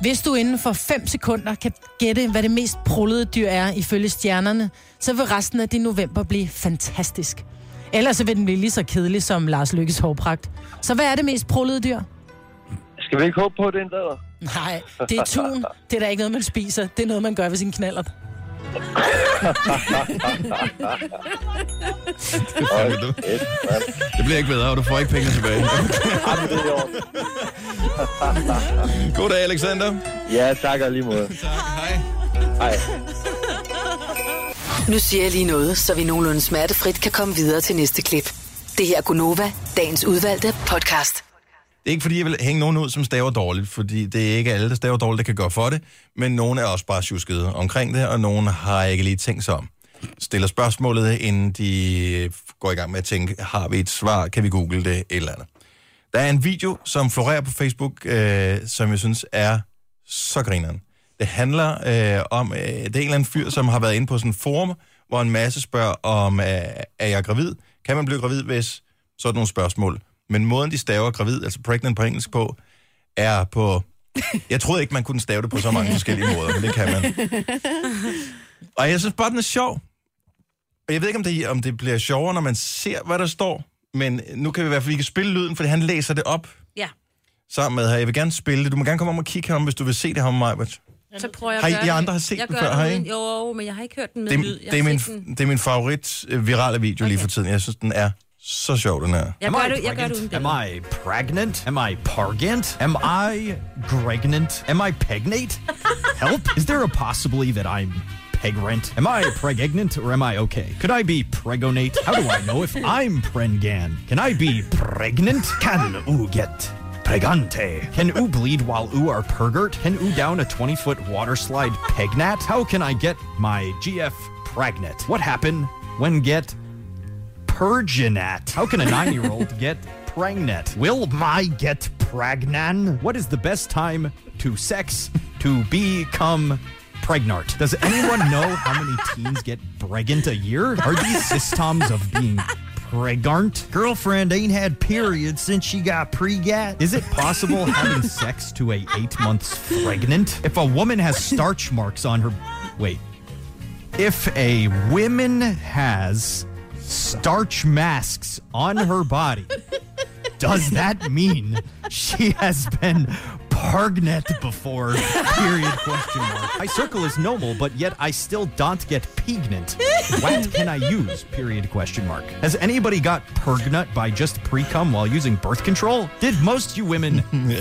Speaker 6: Hvis du inden for 5 sekunder kan gætte, hvad det mest prullede dyr er ifølge stjernerne, så vil resten af din november blive fantastisk. Ellers så vil den blive lige så kedelig som Lars Lykkes hårpragt. Så hvad er det mest prullede dyr?
Speaker 9: Skal vi ikke håbe på, at det er en læder?
Speaker 6: Nej, det er tun. Det er da ikke noget, man spiser. Det er noget, man gør ved sin knaller.
Speaker 1: Det bliver ikke bedre, og du får ikke pengene tilbage. *laughs*
Speaker 9: Jamen, det er i orden.
Speaker 1: God dag, Alexander.
Speaker 9: Ja, tak og lige måde.
Speaker 1: Tak. Hej.
Speaker 9: Hej.
Speaker 4: Nu siger jeg lige noget, så vi nogenlunde smertefrit kan komme videre til næste klip. Det her er Gunova, dagens udvalgte podcast.
Speaker 1: Det er ikke, fordi jeg vil hænge nogen ud, som staver dårligt, fordi det er ikke alle, der staver dårligt, der kan gøre for det, men nogen er også bare tjuskede omkring det, og nogen har ikke lige tænkt sig om. Stiller spørgsmålet, inden de øh, går i gang med at tænke, har vi et svar, kan vi google det, et eller andet. Der er en video, som florerer på Facebook, øh, som jeg synes er så grineren. Det handler øh, om, øh, det er en eller anden fyr, som har været inde på sådan en forum, hvor en masse spørger om, øh, er jeg gravid? Kan man blive gravid, hvis sådan nogle spørgsmål? Men måden, de staver gravid, altså pregnant på engelsk på, er på... Jeg troede ikke, man kunne stave det på så mange forskellige måder, men det kan man. Og jeg synes bare, den er sjov. Og jeg ved ikke, om det, om det bliver sjovere, når man ser, hvad der står, men nu kan vi i hvert fald ikke spille lyden, fordi han læser det op
Speaker 2: Ja,
Speaker 1: sammen med her. Jeg vil gerne spille det. Du må gerne komme om og kigge herom, hvis du vil se det her med mig. Det,
Speaker 2: så prøver jeg
Speaker 1: Har
Speaker 2: at
Speaker 1: I-
Speaker 2: gøre
Speaker 1: I
Speaker 2: det.
Speaker 1: andre har set
Speaker 2: jeg
Speaker 1: den
Speaker 2: gør
Speaker 1: før, har I
Speaker 2: uden- Jo, men jeg har ikke hørt den med lyd. Jeg
Speaker 1: det, er
Speaker 2: har
Speaker 1: min,
Speaker 2: set den-
Speaker 1: det er min favorit øh, virale video okay. lige for tiden. Jeg synes, den er så sjov, den her.
Speaker 2: Jeg gør det, jeg gør det uden
Speaker 10: Am
Speaker 2: billede.
Speaker 10: I pregnant? Am I pargant? Am I pregnant? Am I pegnate? Help? Is there a possibility that I'm pegrant? Am I pregnant or am I okay? Could I be pregonate? How do I know if I'm prengan? Can I be pregnant? Can ooh get pregante? Can ooh bleed while ooh are pergert? Can ooh down a 20 foot water slide pegnat? How can I get my GF pregnant? What happened when get Perginat. How can a nine year old get pregnant? Will my get pragnan? What is the best time to sex to become pregnant? Does anyone know how many teens get pregnant a year? Are these systems of being pregnant? Girlfriend ain't had period since she got pregat. Is it possible having sex to a eight months pregnant? If a woman has starch marks on her. Wait. If a woman has starch masks on her body. Does that mean she has been pargnet before? Period question mark. I circle is normal, but yet I still don't get pignant. What can I use? Period question mark. Has anybody got pergnut by just pre-cum while using birth control? Did most you women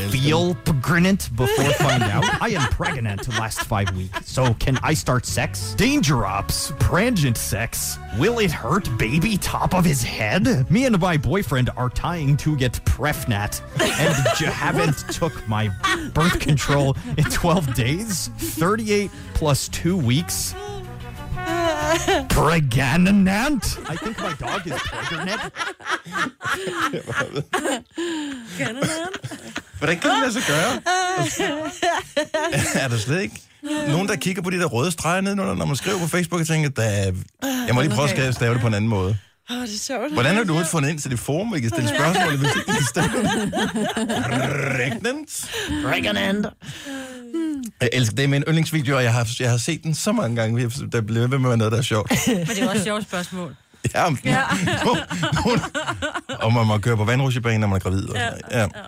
Speaker 10: feel pregnant before find out? I am pregnant last five weeks, so can I start sex? Danger ops, prangent sex. Will it hurt baby top of his head? Me and my boyfriend are tying to get prefnat, and j- haven't took my birth control in 12 days, 38 plus two weeks. Pregnant? I think my dog is pregnant.
Speaker 1: Hvordan kan det lade sig gøre? *laughs* er der slet ikke nogen, der kigger på de der røde streger nedenunder, når man skriver på Facebook og tænker, da, jeg må lige prøve at skrive- stave det på en anden måde.
Speaker 11: Åh, oh, det er sjovt.
Speaker 1: Hvordan har du overhovedet fundet ind til det forum, vi kan stille spørgsmål, hvis ikke vi kan stave det? Pregnant?
Speaker 6: Pregnant.
Speaker 1: Jeg elsker det. Det er min yndlingsvideo, og jeg har, jeg har set den så mange gange. Vi- Der bliver ved med at være noget, der er sjovt.
Speaker 2: Men det er jo også et sjovt spørgsmål.
Speaker 1: Ja, om, ja. om man må køre på vandrutsjebanen, når man er gravid. Og sådan noget. ja.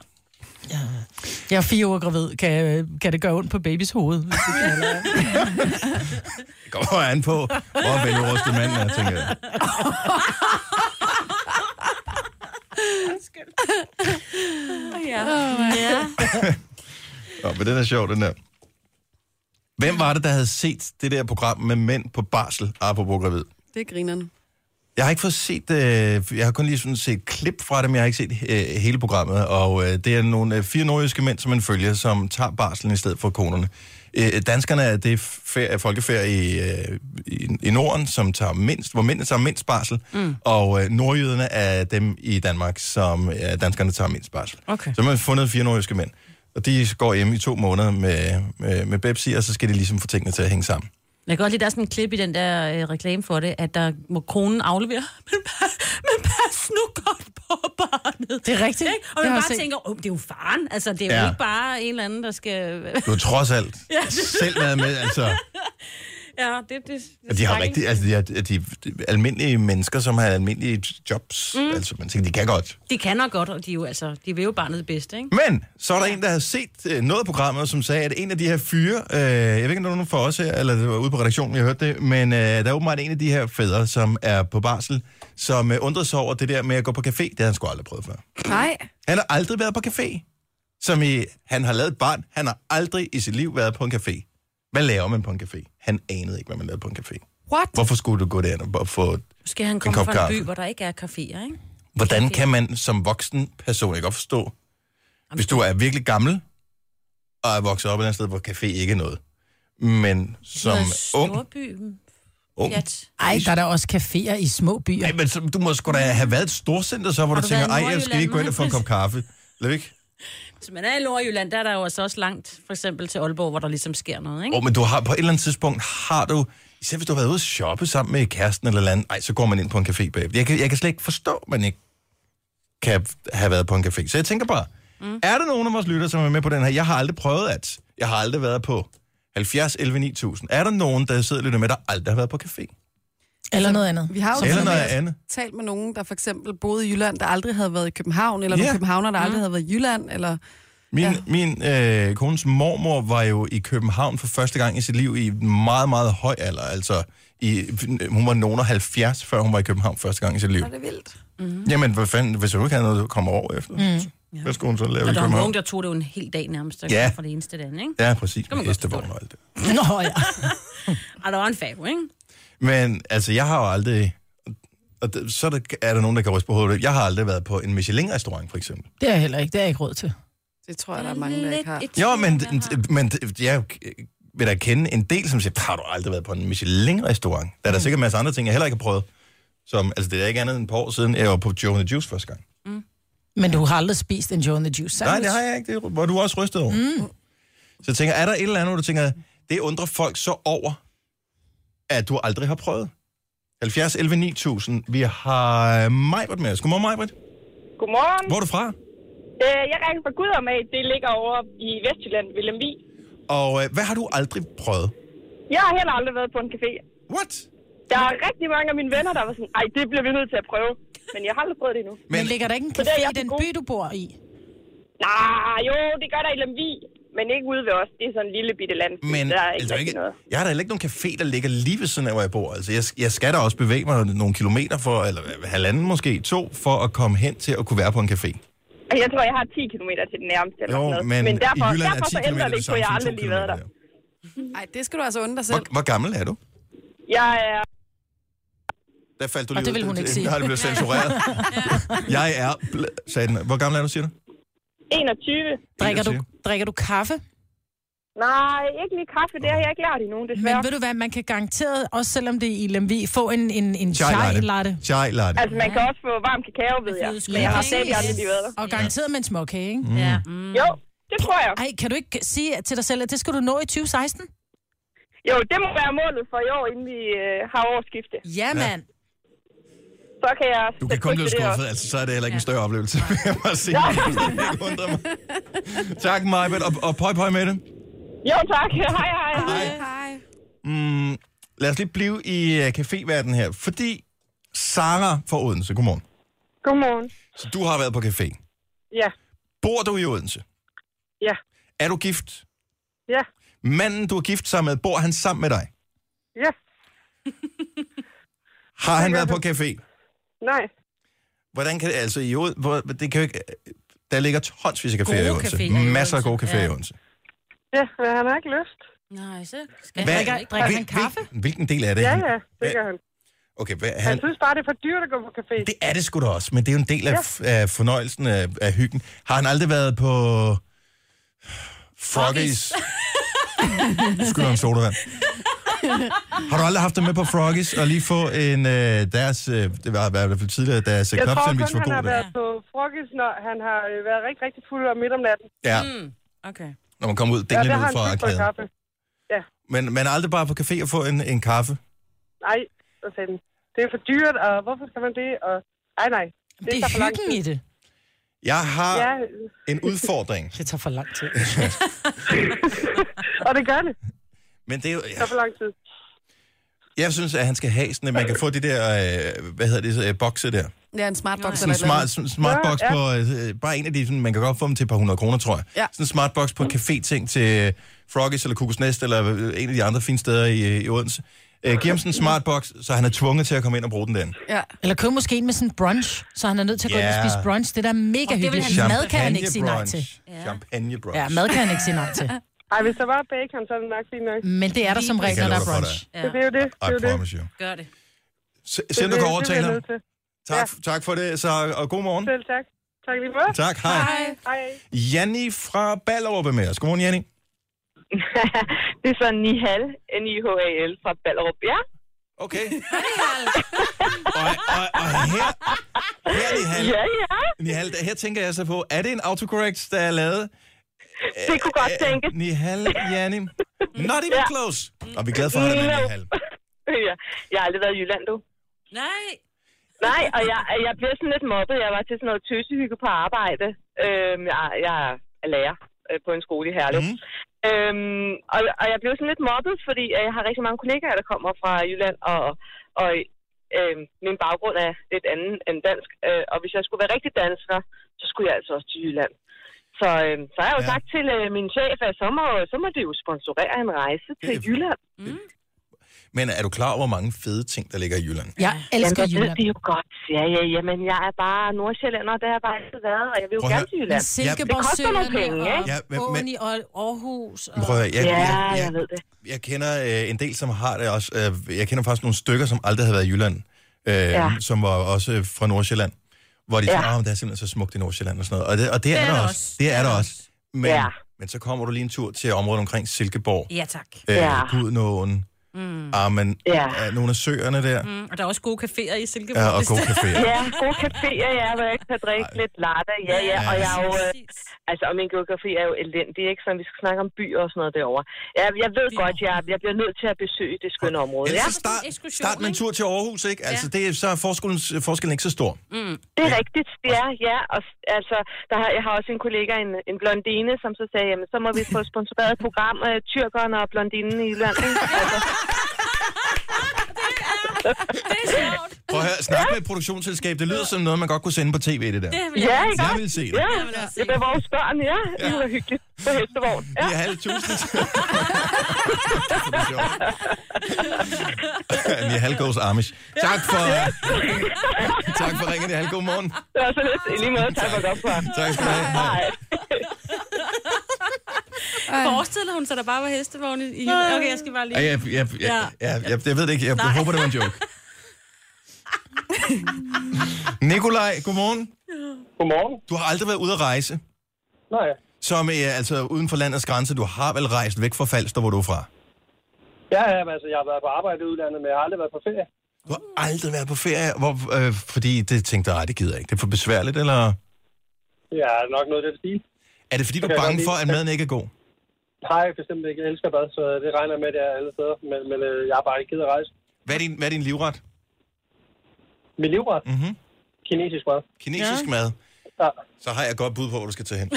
Speaker 6: Jeg er fire uger gravid. Kan, kan det gøre ondt på babys hoved? hvis det kan, eller hvad?
Speaker 1: Det kommer an på, hvor velrustet manden er, tænker jeg.
Speaker 2: ja.
Speaker 11: ja.
Speaker 1: Nå, men den er sjov, den der. Hvem var det, der havde set det der program med mænd på barsel, apropos gravid?
Speaker 3: Det er grineren.
Speaker 1: Jeg har ikke fået set, øh, jeg har kun lige sådan set klip fra det, men jeg har ikke set øh, hele programmet, og øh, det er nogle øh, fire nordiske mænd, som man følger, som tager barslen i stedet for konerne. Øh, danskerne er det ferie, folkeferie i, øh, i, i Norden, som tager mindst, hvor mændene tager mindst barsel, mm. og øh, nordjyderne er dem i Danmark, som øh, danskerne tager mindst barsel.
Speaker 6: Okay.
Speaker 1: Så man har fundet fire nordjyske mænd, og de går hjemme i to måneder med, med, med Pepsi, og så skal de ligesom få tingene til at hænge sammen.
Speaker 2: Jeg kan godt lide, der er sådan en klip i den der øh, reklame for det, at der må kronen aflevere. *laughs* Men, pas- men pas nu godt på barnet.
Speaker 6: Det er rigtigt.
Speaker 2: Ikke? Og
Speaker 6: Det
Speaker 2: man
Speaker 6: har jeg
Speaker 2: bare
Speaker 6: set.
Speaker 2: tænker, oh, det er jo faren. Altså, det er jo
Speaker 1: Ja.
Speaker 2: ikke bare en eller anden, der skal... *laughs*
Speaker 1: Du har trods alt
Speaker 2: Ja.
Speaker 1: selv været med, altså...
Speaker 2: ja, det, det, det,
Speaker 1: Og de har rigtig, altså de, har, de, de, de almindelige mennesker, som har almindelige jobs. Mm. Altså, man tænker, de kan godt.
Speaker 2: De kan nok godt, og de, er jo, altså, de vil jo barnet det bedste, ikke?
Speaker 1: Men så er der en, der har set øh, noget af programmet, som sagde, at en af de her fyre, øh, jeg ved ikke, om det var nogen for os her, eller det var ude på redaktionen, jeg hørte det, men øh, der er åbenbart en af de her fædre, som er på barsel, som øh, undrede sig over det der med at gå på café. Det har han sgu aldrig prøvet før.
Speaker 3: Nej.
Speaker 1: Han har aldrig været på café. Som i, han har lavet et barn, han har aldrig i sit liv været på en café. Hvad laver man på en café? Han anede ikke, hvad man lavede på en café.
Speaker 3: What?
Speaker 1: Hvorfor skulle du gå derhen og få
Speaker 2: Måske han
Speaker 1: En
Speaker 2: kommer
Speaker 1: kop
Speaker 2: fra en
Speaker 1: kaffe.
Speaker 2: by, hvor der ikke er caféer, ikke?
Speaker 1: Hvordan kan man som voksen person ikke godt forstå, hvis du er virkelig gammel, og er vokset op et eller andet sted, hvor café ikke er noget, men som ung...
Speaker 2: Storbyen.
Speaker 1: ung
Speaker 6: Ej, der er da også caféer i små byer.
Speaker 1: Ej, men så, du må sgu da have været et storcenter, så, hvor
Speaker 2: Har
Speaker 1: du
Speaker 2: du været
Speaker 1: tænker,
Speaker 2: i
Speaker 1: ej, jeg skal
Speaker 2: Nordjylland,
Speaker 1: ikke gå ind og få en kop
Speaker 2: Marcus?"
Speaker 1: kaffe. Lad ikke?
Speaker 2: Hvis man er i Nordjylland, der er der jo altså også langt, for eksempel til Aalborg, hvor der ligesom sker noget, ikke?
Speaker 1: Åh, men du har på et eller andet tidspunkt, har du... Især hvis du har været ude at shoppe sammen med kæresten eller andet, ej, så går man ind på en café bagefter. Jeg kan, jeg kan slet ikke forstå, at man ikke kan have været på en café. Så jeg tænker bare, mm. er der nogen af vores lytter, som er med på den her? Jeg har aldrig prøvet at... Jeg har aldrig været på 70, 11, 9000. Er der nogen, der sidder og lytter med, der aldrig har været på café?
Speaker 6: Eller noget andet.
Speaker 3: Vi har jo
Speaker 1: Eller
Speaker 3: tidligere
Speaker 1: noget andet.
Speaker 3: talt med nogen, der for eksempel boede i Jylland, der aldrig havde været i København, eller
Speaker 1: Ja.
Speaker 3: yeah. nogle københavner, der aldrig havde været i Jylland, eller...
Speaker 1: Min, ja. min øh, kones mormor var jo i København for første gang i sit liv i en meget, meget høj alder. Altså, i, hun var nogen af 70, før hun var i København første gang i sit liv.
Speaker 3: Er det vildt?
Speaker 1: Jamen, hvad fanden, hvis hun ikke havde noget, at komme over efter, mm. hvad skulle hun så lave i
Speaker 2: Og der var
Speaker 1: København?
Speaker 2: unge, der tog det jo en hel dag nærmest, der
Speaker 1: Ja.
Speaker 2: kom fra det eneste land, ikke?
Speaker 1: Ja, præcis,
Speaker 2: Kan
Speaker 1: med
Speaker 2: man godt forstå
Speaker 1: hestevogn og alt det.
Speaker 6: Nå ja.
Speaker 2: Og der var en fag, ikke?
Speaker 1: Men altså, jeg har jo aldrig... Og det, så er der, er der nogen, der kan ryste på hovedet. Jeg har aldrig været på en Michelin-restaurant, for eksempel.
Speaker 6: Det er jeg heller ikke. Det er jeg ikke råd til.
Speaker 3: Det tror jeg, der er mange, der ikke har.
Speaker 1: Jo, men, men jeg vil da kende en del, som siger, har du aldrig været på en Michelin-restaurant? Der er der sikkert en masse andre ting, jeg heller ikke har prøvet. Som, altså, det er da ikke andet end et par år siden, jeg var på Joe and the Juice første gang.
Speaker 6: Men du har aldrig spist en Joe and the Juice
Speaker 1: Nej,
Speaker 6: sandwich?
Speaker 1: det har jeg ikke. Det var du også rystet over. Mm. Så jeg tænker, er der et eller andet, hvor du tænker, det undrer folk så over, at du aldrig har prøvet? 70, 11, 9000. Vi har Majbert med os. Godmorgen, Majbert.
Speaker 7: Godmorgen.
Speaker 1: Hvor er du fra?
Speaker 7: Øh, jeg rækker fra Gudum af. Det ligger over i Vestjylland, Villemvi.
Speaker 1: Og øh, hvad har du aldrig prøvet?
Speaker 7: Jeg har heller aldrig været på en café.
Speaker 1: What?
Speaker 7: Der er rigtig mange af mine venner, der var sådan, ej, det bliver vi nødt til at prøve. Men jeg har aldrig prøvet det endnu.
Speaker 6: Men, men ligger der ikke en
Speaker 7: Så det er
Speaker 6: café
Speaker 7: jeg
Speaker 6: i den
Speaker 7: for
Speaker 6: by, du bor i?
Speaker 7: Nej, jo, det gør der i Lemvi, men ikke ude ved os. Det er sådan en lille bitte land.
Speaker 1: Men
Speaker 7: der er ikke
Speaker 1: altså,
Speaker 7: rigtig
Speaker 1: ikke,
Speaker 7: noget.
Speaker 1: jeg har da heller ikke nogen café, der ligger lige ved siden af, hvor jeg bor. Altså, jeg, jeg skal da også bevæge mig nogle kilometer for, eller øh, halvanden måske, to, for at komme hen til at kunne være på en café.
Speaker 7: Altså, *laughs* Jeg tror, jeg har 10 km til den nærmeste. Eller
Speaker 1: Jo,
Speaker 7: sådan noget.
Speaker 1: men
Speaker 7: men
Speaker 1: i
Speaker 7: derfor,
Speaker 1: Jylland er
Speaker 7: derfor
Speaker 1: 10
Speaker 7: så
Speaker 1: kilometer
Speaker 7: ændrer
Speaker 1: det
Speaker 7: det ikke på, at jeg
Speaker 1: samme som
Speaker 7: har aldrig
Speaker 1: to
Speaker 7: lige været der.
Speaker 1: kilometer,
Speaker 3: Nej, det skal du altså undre dig selv.
Speaker 1: Hvor, hvor gammel er du?
Speaker 7: Jeg er...
Speaker 1: Der faldt du
Speaker 6: Og
Speaker 1: lige
Speaker 6: det vil
Speaker 1: ud.
Speaker 6: hun ikke sige.
Speaker 1: *laughs* Nej, det blev
Speaker 6: *laughs*
Speaker 1: censureret. jeg er... bl- Sagde den. Hvor gammel er du, siger du?
Speaker 7: 21.
Speaker 6: Drikker du,
Speaker 1: 21.
Speaker 6: drikker du kaffe?
Speaker 7: Nej, ikke lige kaffe, det har jeg ikke lært endnu, desværre.
Speaker 6: Men ved du hvad, man kan garanteret, også selvom det er i Lemvi, få en, en, en chai latte.
Speaker 1: Chai latte.
Speaker 7: Altså, man kan også få varm kakao, ved jeg. Men jeg har selv aldrig lige været der.
Speaker 6: Og garanteret med en småkage, ikke?
Speaker 1: Mm. Ja.
Speaker 6: Mm.
Speaker 7: Jo, det tror jeg.
Speaker 6: Ej, kan du ikke sige til dig selv, at det skal du nå i 2016?
Speaker 7: Jo, det må være målet for i år, inden vi øh, har årsskifte.
Speaker 6: Ja, mand.
Speaker 7: Så kan jeg...
Speaker 1: Du kan kun blive skuffet, altså så er det heller ikke en større oplevelse, vil jeg bare sige. *laughs* Ikke undre mig. Tak, Majbet, og, og pøj, pøj med det.
Speaker 7: Jo, tak. *laughs* Hej, hej, hej.
Speaker 1: Mm, lad os lige blive i uh, caféverdenen her, fordi Sara fra Odense, godmorgen.
Speaker 7: Godmorgen.
Speaker 1: Så du har været på café.
Speaker 7: Ja,
Speaker 1: Bor du i Odense?
Speaker 7: ja,
Speaker 1: Er du gift?
Speaker 7: ja,
Speaker 1: Manden, du er gift sammen med, bor han sammen med dig?
Speaker 7: ja.
Speaker 1: Har han været på café?
Speaker 7: Nej.
Speaker 1: Hvordan kan det, altså i Odense, hvor, det kan jo ikke, der ligger tonsvis af caféer i
Speaker 2: Gode
Speaker 1: Odense.
Speaker 2: caféer i
Speaker 1: Masser af gode
Speaker 2: Odense,
Speaker 1: caféer i
Speaker 2: ja.
Speaker 1: Odense.
Speaker 7: Ja, men han har ikke lyst.
Speaker 2: Nej, så skal
Speaker 1: Hvad-
Speaker 2: jeg ikke drikke
Speaker 1: hvil-
Speaker 2: en kaffe.
Speaker 1: hvil- Hvilken del er det?
Speaker 7: Ja,
Speaker 1: Han-
Speaker 7: ja, det
Speaker 1: Hvad-
Speaker 7: gør han.
Speaker 1: Okay, hvad,
Speaker 7: Han
Speaker 1: han,
Speaker 7: synes bare, det er for dyrt at gå på café.
Speaker 1: det er det sgu da også, men det er jo en del af, af fornøjelsen af, af hyggen. Har han aldrig været på Froggies? Skyld om sodavand. Har du aldrig haft dem med på Froggies og lige få en øh, deres, øh, det var i hvert fald tidligere, deres øh,
Speaker 7: Jeg tror
Speaker 1: knopsandwich
Speaker 7: kun,
Speaker 1: var
Speaker 7: han har
Speaker 1: god. der.
Speaker 7: været på frokost, når han har øh, været rigtig, rigtig fuld om midt om natten.
Speaker 1: Ja,
Speaker 2: Okay.
Speaker 1: når man kommer ud,
Speaker 7: Mm. Ja,
Speaker 1: dinglen
Speaker 7: der
Speaker 1: ud
Speaker 7: har han
Speaker 1: fra
Speaker 7: købt noget
Speaker 1: arkaden.
Speaker 7: kaffe. Ja,
Speaker 1: Men man er aldrig bare på café og få en, en kaffe.
Speaker 7: nej, hvad sagde den? Det er for dyrt, og hvorfor skal man det? Og, nej, nej. Det,
Speaker 6: Det
Speaker 7: tager for
Speaker 6: er
Speaker 7: lang
Speaker 6: hyggen i
Speaker 7: tid.
Speaker 6: det.
Speaker 1: Jeg har
Speaker 7: Ja,
Speaker 1: en udfordring,
Speaker 6: Det tager for lang tid.
Speaker 7: og det gør det.
Speaker 1: men det er
Speaker 7: *laughs*
Speaker 1: jo...
Speaker 7: Det tager for lang tid.
Speaker 1: Jeg synes, at han skal have sådan, at man kan få de der, øh, hvad hedder det, så, øh, bokse der.
Speaker 3: Ja, en smartbox
Speaker 1: Sådan en smart, sådan en smartbox
Speaker 7: Ja,
Speaker 1: ja, ja. på, øh, bare en af de, sådan, man kan godt få dem til et par hundrede kroner, tror jeg.
Speaker 3: Ja.
Speaker 1: Sådan en smartbox på et café-ting til øh, Froggies eller Kokos Nest eller øh, en af de andre fine steder i, øh, i Odense. Øh, giv ham sådan en smartbox, så han er tvunget til at komme ind og bruge den derinde.
Speaker 3: Ja.
Speaker 6: Eller køb måske en med sådan en brunch, så han er nødt til at gå ind
Speaker 1: Ja.
Speaker 6: og spise brunch. Det der er mega
Speaker 2: Og det vil
Speaker 6: hyggeligt.
Speaker 2: han-
Speaker 6: Mad kan han ikke sige nej til.
Speaker 1: Ja. Champagne brunch.
Speaker 6: Ja, mad kan han ikke sige nej til.
Speaker 7: Ej, hvis der var bacon, så er det nok fint nok.
Speaker 6: Men det er der som regel,
Speaker 1: kan
Speaker 6: når
Speaker 1: jeg
Speaker 6: der er
Speaker 1: love dig for,
Speaker 6: brunch.
Speaker 2: Ja,
Speaker 7: Så det er jo det. Det er jo
Speaker 1: I
Speaker 7: det.
Speaker 1: promise you.
Speaker 2: gør det.
Speaker 1: Se, se om du kan overtale ham.
Speaker 7: til.
Speaker 1: Tak, tak for det, så, og god morgen.
Speaker 7: Selv tak. Tak lige meget.
Speaker 1: *laughs* Tak, hej.
Speaker 7: Hej.
Speaker 1: Janni fra Ballerup er med os. Godmorgen, Janni.
Speaker 7: *laughs* det er så Nihal, N-I-H-A-L fra Ballerup. Ja, *laughs*
Speaker 1: Okay. og, og, og her, her Nihal,
Speaker 7: ja, ja.
Speaker 1: Nihal, her tænker jeg så på, er det en autocorrect, der er lavet?
Speaker 7: Det kunne godt
Speaker 1: Æh,
Speaker 7: tænkes.
Speaker 1: Nihal, Janni. Not even
Speaker 7: Ja.
Speaker 1: close. Og vi er glade for at have dig med,
Speaker 7: No.
Speaker 1: Nihal.
Speaker 7: ja. Jeg har aldrig været i Jylland, du.
Speaker 2: Nej.
Speaker 7: Nej, og jeg, jeg blev sådan lidt mobbet. Jeg var til sådan noget tøsehygge på arbejde. Øhm, jeg, jeg er lærer øh, på en skole i Herlev.
Speaker 1: Mhm.
Speaker 7: Mm. Øhm, og, og jeg blev sådan lidt mobbet, fordi øh, jeg har rigtig mange kollegaer, der kommer fra Jylland, og, og øh, min baggrund er lidt anden end dansk. Øh, og hvis jeg skulle være rigtig dansker, så skulle jeg altså også til Jylland. Så, øh, så har jeg jo
Speaker 1: Ja.
Speaker 7: ja. sagt til øh, min chef, at så må, så må det jo sponsorere en rejse til
Speaker 1: Det-
Speaker 7: Jylland.
Speaker 1: Men er du klar over, hvor mange fede ting, der ligger i Jylland?
Speaker 6: Jeg elsker
Speaker 7: Jamen,
Speaker 6: Jylland.
Speaker 7: det ved de jo godt. Ja, ja, ja, men jeg er bare nordsjællænder, der har jeg bare altid været, og jeg vil jo
Speaker 1: Prøv at
Speaker 7: gerne til
Speaker 6: Men
Speaker 7: Jylland.
Speaker 6: Silkeborg,
Speaker 7: Det koster nogle penge,
Speaker 6: Søerne og
Speaker 7: ikke?
Speaker 1: Ja, men- men-
Speaker 6: Åen i Aar- Aarhus. Og...
Speaker 1: Men Prøv at, høre, jeg,
Speaker 7: Ja,
Speaker 1: jeg,
Speaker 7: jeg ved
Speaker 1: jeg,
Speaker 7: det.
Speaker 1: jeg kender øh, en del, som har det også. Øh, jeg kender faktisk nogle stykker, som aldrig havde været i Jylland, øh, ja.
Speaker 7: Ja.
Speaker 1: som var også øh, fra Nordsjælland, hvor de tænker,
Speaker 7: Ja.
Speaker 1: ja. oh, det er simpelthen så smukt i Nordsjælland og sådan noget. Og det, og det, er, der også. Det er der også. Men,
Speaker 7: Ja.
Speaker 1: men så kommer du lige en tur til området omkring Silkeborg,
Speaker 2: Ja, tak.
Speaker 1: øh,
Speaker 7: Ja.
Speaker 1: Gudenåen, mm. Armen,
Speaker 7: Ja.
Speaker 1: øh, nogle af søerne der,
Speaker 2: Mm, og der er også gode caféer i Silkeborg.
Speaker 1: ja, og
Speaker 2: hvis
Speaker 1: gode
Speaker 2: det- *laughs*
Speaker 1: caféer.
Speaker 7: *laughs* Ja, gode caféer, ja, hvor jeg kan drikke lidt latte, ja, ja, og jeg er jo, øh,
Speaker 2: Præcis.
Speaker 7: altså, og min geografi er jo elendig, ikke, så vi skal snakke om byer og sådan noget derovre. Ja, jeg ved
Speaker 2: Det er
Speaker 7: godt, jeg, jeg bliver nødt til at besøge det skønne område,
Speaker 1: Ellers
Speaker 7: ja,
Speaker 1: så start,
Speaker 2: en ekskursion,
Speaker 1: start med en
Speaker 2: ikke?
Speaker 1: tur til Aarhus, ikke? Altså, det er, så er forskellen, forskellen ikke så stor.
Speaker 7: det er rigtigt, ja, ja, og s- altså, der har, jeg har også en kollega, en, en blondine, som så sagde, jamen, så må vi få sponsoreret et program, øh, tyrkerne og blondinen i Jylland, ikke? altså,
Speaker 2: Det er sjovt.
Speaker 1: Prøv at høre, snak med et produktionsselskab. Det lyder som noget, man godt kunne sende på tv, det der.
Speaker 2: Det vil jeg
Speaker 7: ja,
Speaker 2: gerne
Speaker 7: ikke
Speaker 1: Jeg
Speaker 7: også?
Speaker 1: vil se det.
Speaker 7: Ja,
Speaker 2: vil også se
Speaker 7: det
Speaker 2: det.
Speaker 7: var vores børn, ja. ja. Det var hyggeligt på hestevogn. Ja.
Speaker 1: Ja, halv tusind. Ja, halv goes Amish. Tak for, tak for ringen. Halv god morgen.
Speaker 7: Det var så lidt. I lige måde, tak for godt for.
Speaker 1: Tak skal du have.
Speaker 7: Hej.
Speaker 2: se. Forestiller hun sig, der bare var hestevogne i Okay, jeg skal bare lige...
Speaker 1: Ej, Jeg, jeg, jeg, jeg, jeg, jeg, jeg ved det ikke. Jeg, jeg håber, det var en joke. Nikolaj, godmorgen.
Speaker 9: Godmorgen.
Speaker 1: Du har aldrig været ude at rejse.
Speaker 9: Nej,
Speaker 1: Som er altså uden for landets grænse. Du har vel rejst væk fra Falster, hvor du er fra?
Speaker 11: Ja, ja, men altså, jeg har været på arbejde i udlandet, men jeg har aldrig været på ferie.
Speaker 1: Du har aldrig været på ferie, hvor, øh, fordi det tænkte jeg, det gider jeg ikke. Det er for besværligt, eller?
Speaker 11: Ja, nok noget af det stil.
Speaker 1: Er det fordi, du
Speaker 11: Det kan
Speaker 1: er
Speaker 11: jeg
Speaker 1: bange
Speaker 11: godt
Speaker 1: for,
Speaker 11: lide.
Speaker 1: at maden ikke er god?
Speaker 11: Nej, bestemt ikke. Jeg elsker bad, så det regner jeg med, det er alle steder. Men, men øh, jeg har bare ikke givet at rejse.
Speaker 1: Hvad er din, hvad er din livret?
Speaker 11: Min livret?
Speaker 10: Mhm.
Speaker 1: Mm-hmm.
Speaker 11: Kinesisk mad.
Speaker 1: Kinesisk ja. mad? Så har jeg et godt bud på, hvor du skal tage hen.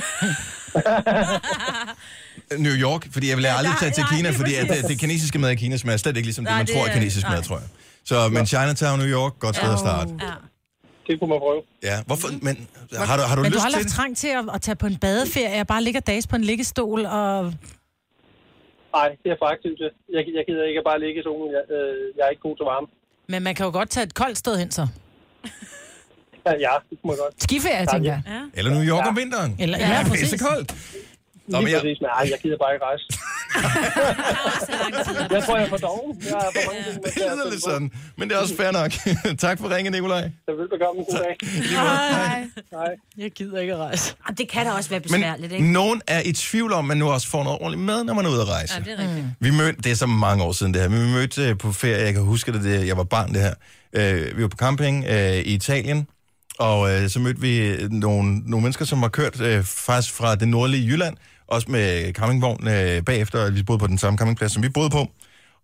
Speaker 1: *laughs* New York, fordi jeg vil aldrig tage til Kina, fordi at det, det kinesiske mad i Kina smager slet ikke ligesom det,
Speaker 11: Nej,
Speaker 1: man
Speaker 11: det
Speaker 1: tror er
Speaker 11: er-
Speaker 1: kinesisk mad,
Speaker 11: nej.
Speaker 1: tror jeg. Så, men Chinatown, New York, godt sted at starte.
Speaker 2: Ja.
Speaker 11: Det kunne man prøve.
Speaker 1: Ja, hvorfor? Men har du, har du
Speaker 6: men
Speaker 1: lyst
Speaker 6: du har aldrig
Speaker 1: til
Speaker 6: haft
Speaker 1: det?
Speaker 6: trang til at, at tage på en badeferie og bare ligge og dags på en liggestol og...
Speaker 11: Nej, det er jeg for aktiv til. Jeg, jeg gider ikke at bare ligge i solen. Jeg, øh, jeg er ikke god til varme. *laughs*
Speaker 6: Men man kan jo godt tage et koldt sted hen, så.
Speaker 11: Ja, Ja, det kunne man godt.
Speaker 6: Skiferie,
Speaker 11: Ja,
Speaker 6: tænker jeg.
Speaker 11: ja.
Speaker 1: Eller New York om vinteren.
Speaker 6: Eller-
Speaker 1: det
Speaker 6: ja,
Speaker 1: er
Speaker 6: præcis.
Speaker 1: pissekoldt. Nå,
Speaker 11: Lige
Speaker 1: men jeg-
Speaker 11: præcis, men ej, jeg gider bare ikke rejse. jeg tror, jeg er for doven. Jeg er for mange ting, man
Speaker 1: *laughs* Det lyder lidt sådan, men det er også fair nok. *laughs* tak for ringen, Nikolaj.
Speaker 11: Velbekomme. God dag.
Speaker 6: Hej.
Speaker 11: Hej.
Speaker 6: Jeg gider ikke at rejse.
Speaker 2: Og det kan da også være besværligt,
Speaker 1: Men
Speaker 2: ikke?
Speaker 1: nogen er i tvivl om, at man nu også får noget ordentligt med, når man er ude at rejse.
Speaker 2: Ja, det er rigtigt.
Speaker 1: Vi mødte, det er så mange år siden det her, men vi mødte øh, på ferie, jeg kan huske det, det jeg var barn det her. Øh, vi var på camping øh, i Italien, og øh, så mødte vi nogle, nogle mennesker, som var kørt øh, faktisk fra det nordlige Jylland, også med campingvogn øh, bagefter, og vi boede på den samme campingplads, som vi boede på.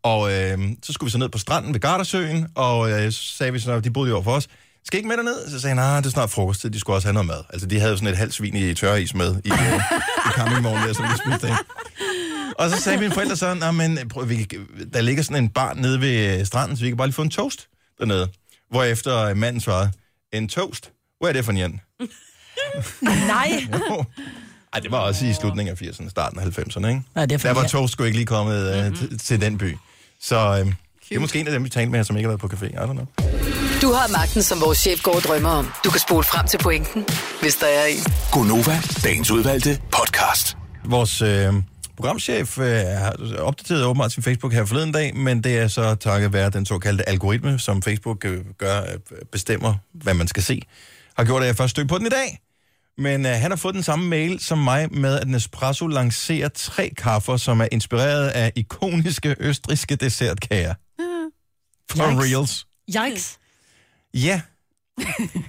Speaker 1: Og øh, så skulle vi så ned på stranden ved Gardasøen, og øh, så sagde vi sådan, at de boede jo over for os. Skal I ikke med derned? Så sagde han, nej, det er snart frokost, de skulle også have noget mad. Altså, de havde jo sådan et halvt svin i tørris med i, øh, i campingvognen der, som vi spiste af. Og så sagde mine forældre så, "Nå, men prøv, vi, kan- der ligger sådan en bar nede ved øh, stranden, så vi kan bare lige få en toast dernede. Hvorefter øh, manden svarede, en toast? Hvad er det for en Jan?
Speaker 6: Nej.
Speaker 1: Ej, det var også i slutningen af 80'erne, starten af 90'erne, ikke?
Speaker 6: Ja, det er for
Speaker 1: der var
Speaker 6: Jan.
Speaker 1: toast sgu ikke lige kommet øh, mm-hmm. til den by. Så øh, det er måske en af dem, vi talte med her, som ikke har været på café. I don't know.
Speaker 4: Du har magten, som vores chef går og drømmer om. Du kan spole frem til pointen, hvis der er en.
Speaker 5: Gonova, dagens udvalgte podcast.
Speaker 1: Vores øh, programchef øh, har opdateret åbenbart sin Facebook her forleden dag, men det er så takket være den såkaldte algoritme, som Facebook øh, gør, øh, bestemmer, hvad man skal se. Har gjort, at jeg først stødte på den i dag. Men øh, han har fået den samme mail som mig med, at Nespresso lancerer tre kaffer, som er inspireret af ikoniske østriske dessertkager. For
Speaker 6: Yikes.
Speaker 1: reals.
Speaker 6: Yikes.
Speaker 1: Ja,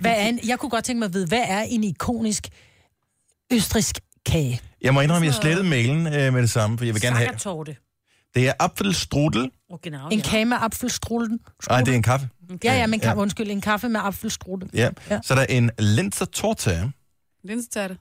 Speaker 6: Hvad er en, jeg kunne godt tænke mig at vide, hvad er en ikonisk østrisk kage?
Speaker 1: jeg må indrømme, at jeg slettede mailen øh, med det samme, for jeg vil gerne have...
Speaker 6: Sakkertorte.
Speaker 1: Det er apfelstrudel.
Speaker 2: Oh, genau,
Speaker 6: En kage med apfelstrudel.
Speaker 1: Nej, det er en kaffe.
Speaker 6: Ja, ja, men kaffe,
Speaker 1: Ja.
Speaker 6: ja. undskyld, en kaffe med apfelstrudel.
Speaker 1: Ja. ja. Så der er en linzer torte
Speaker 3: Linsetorte.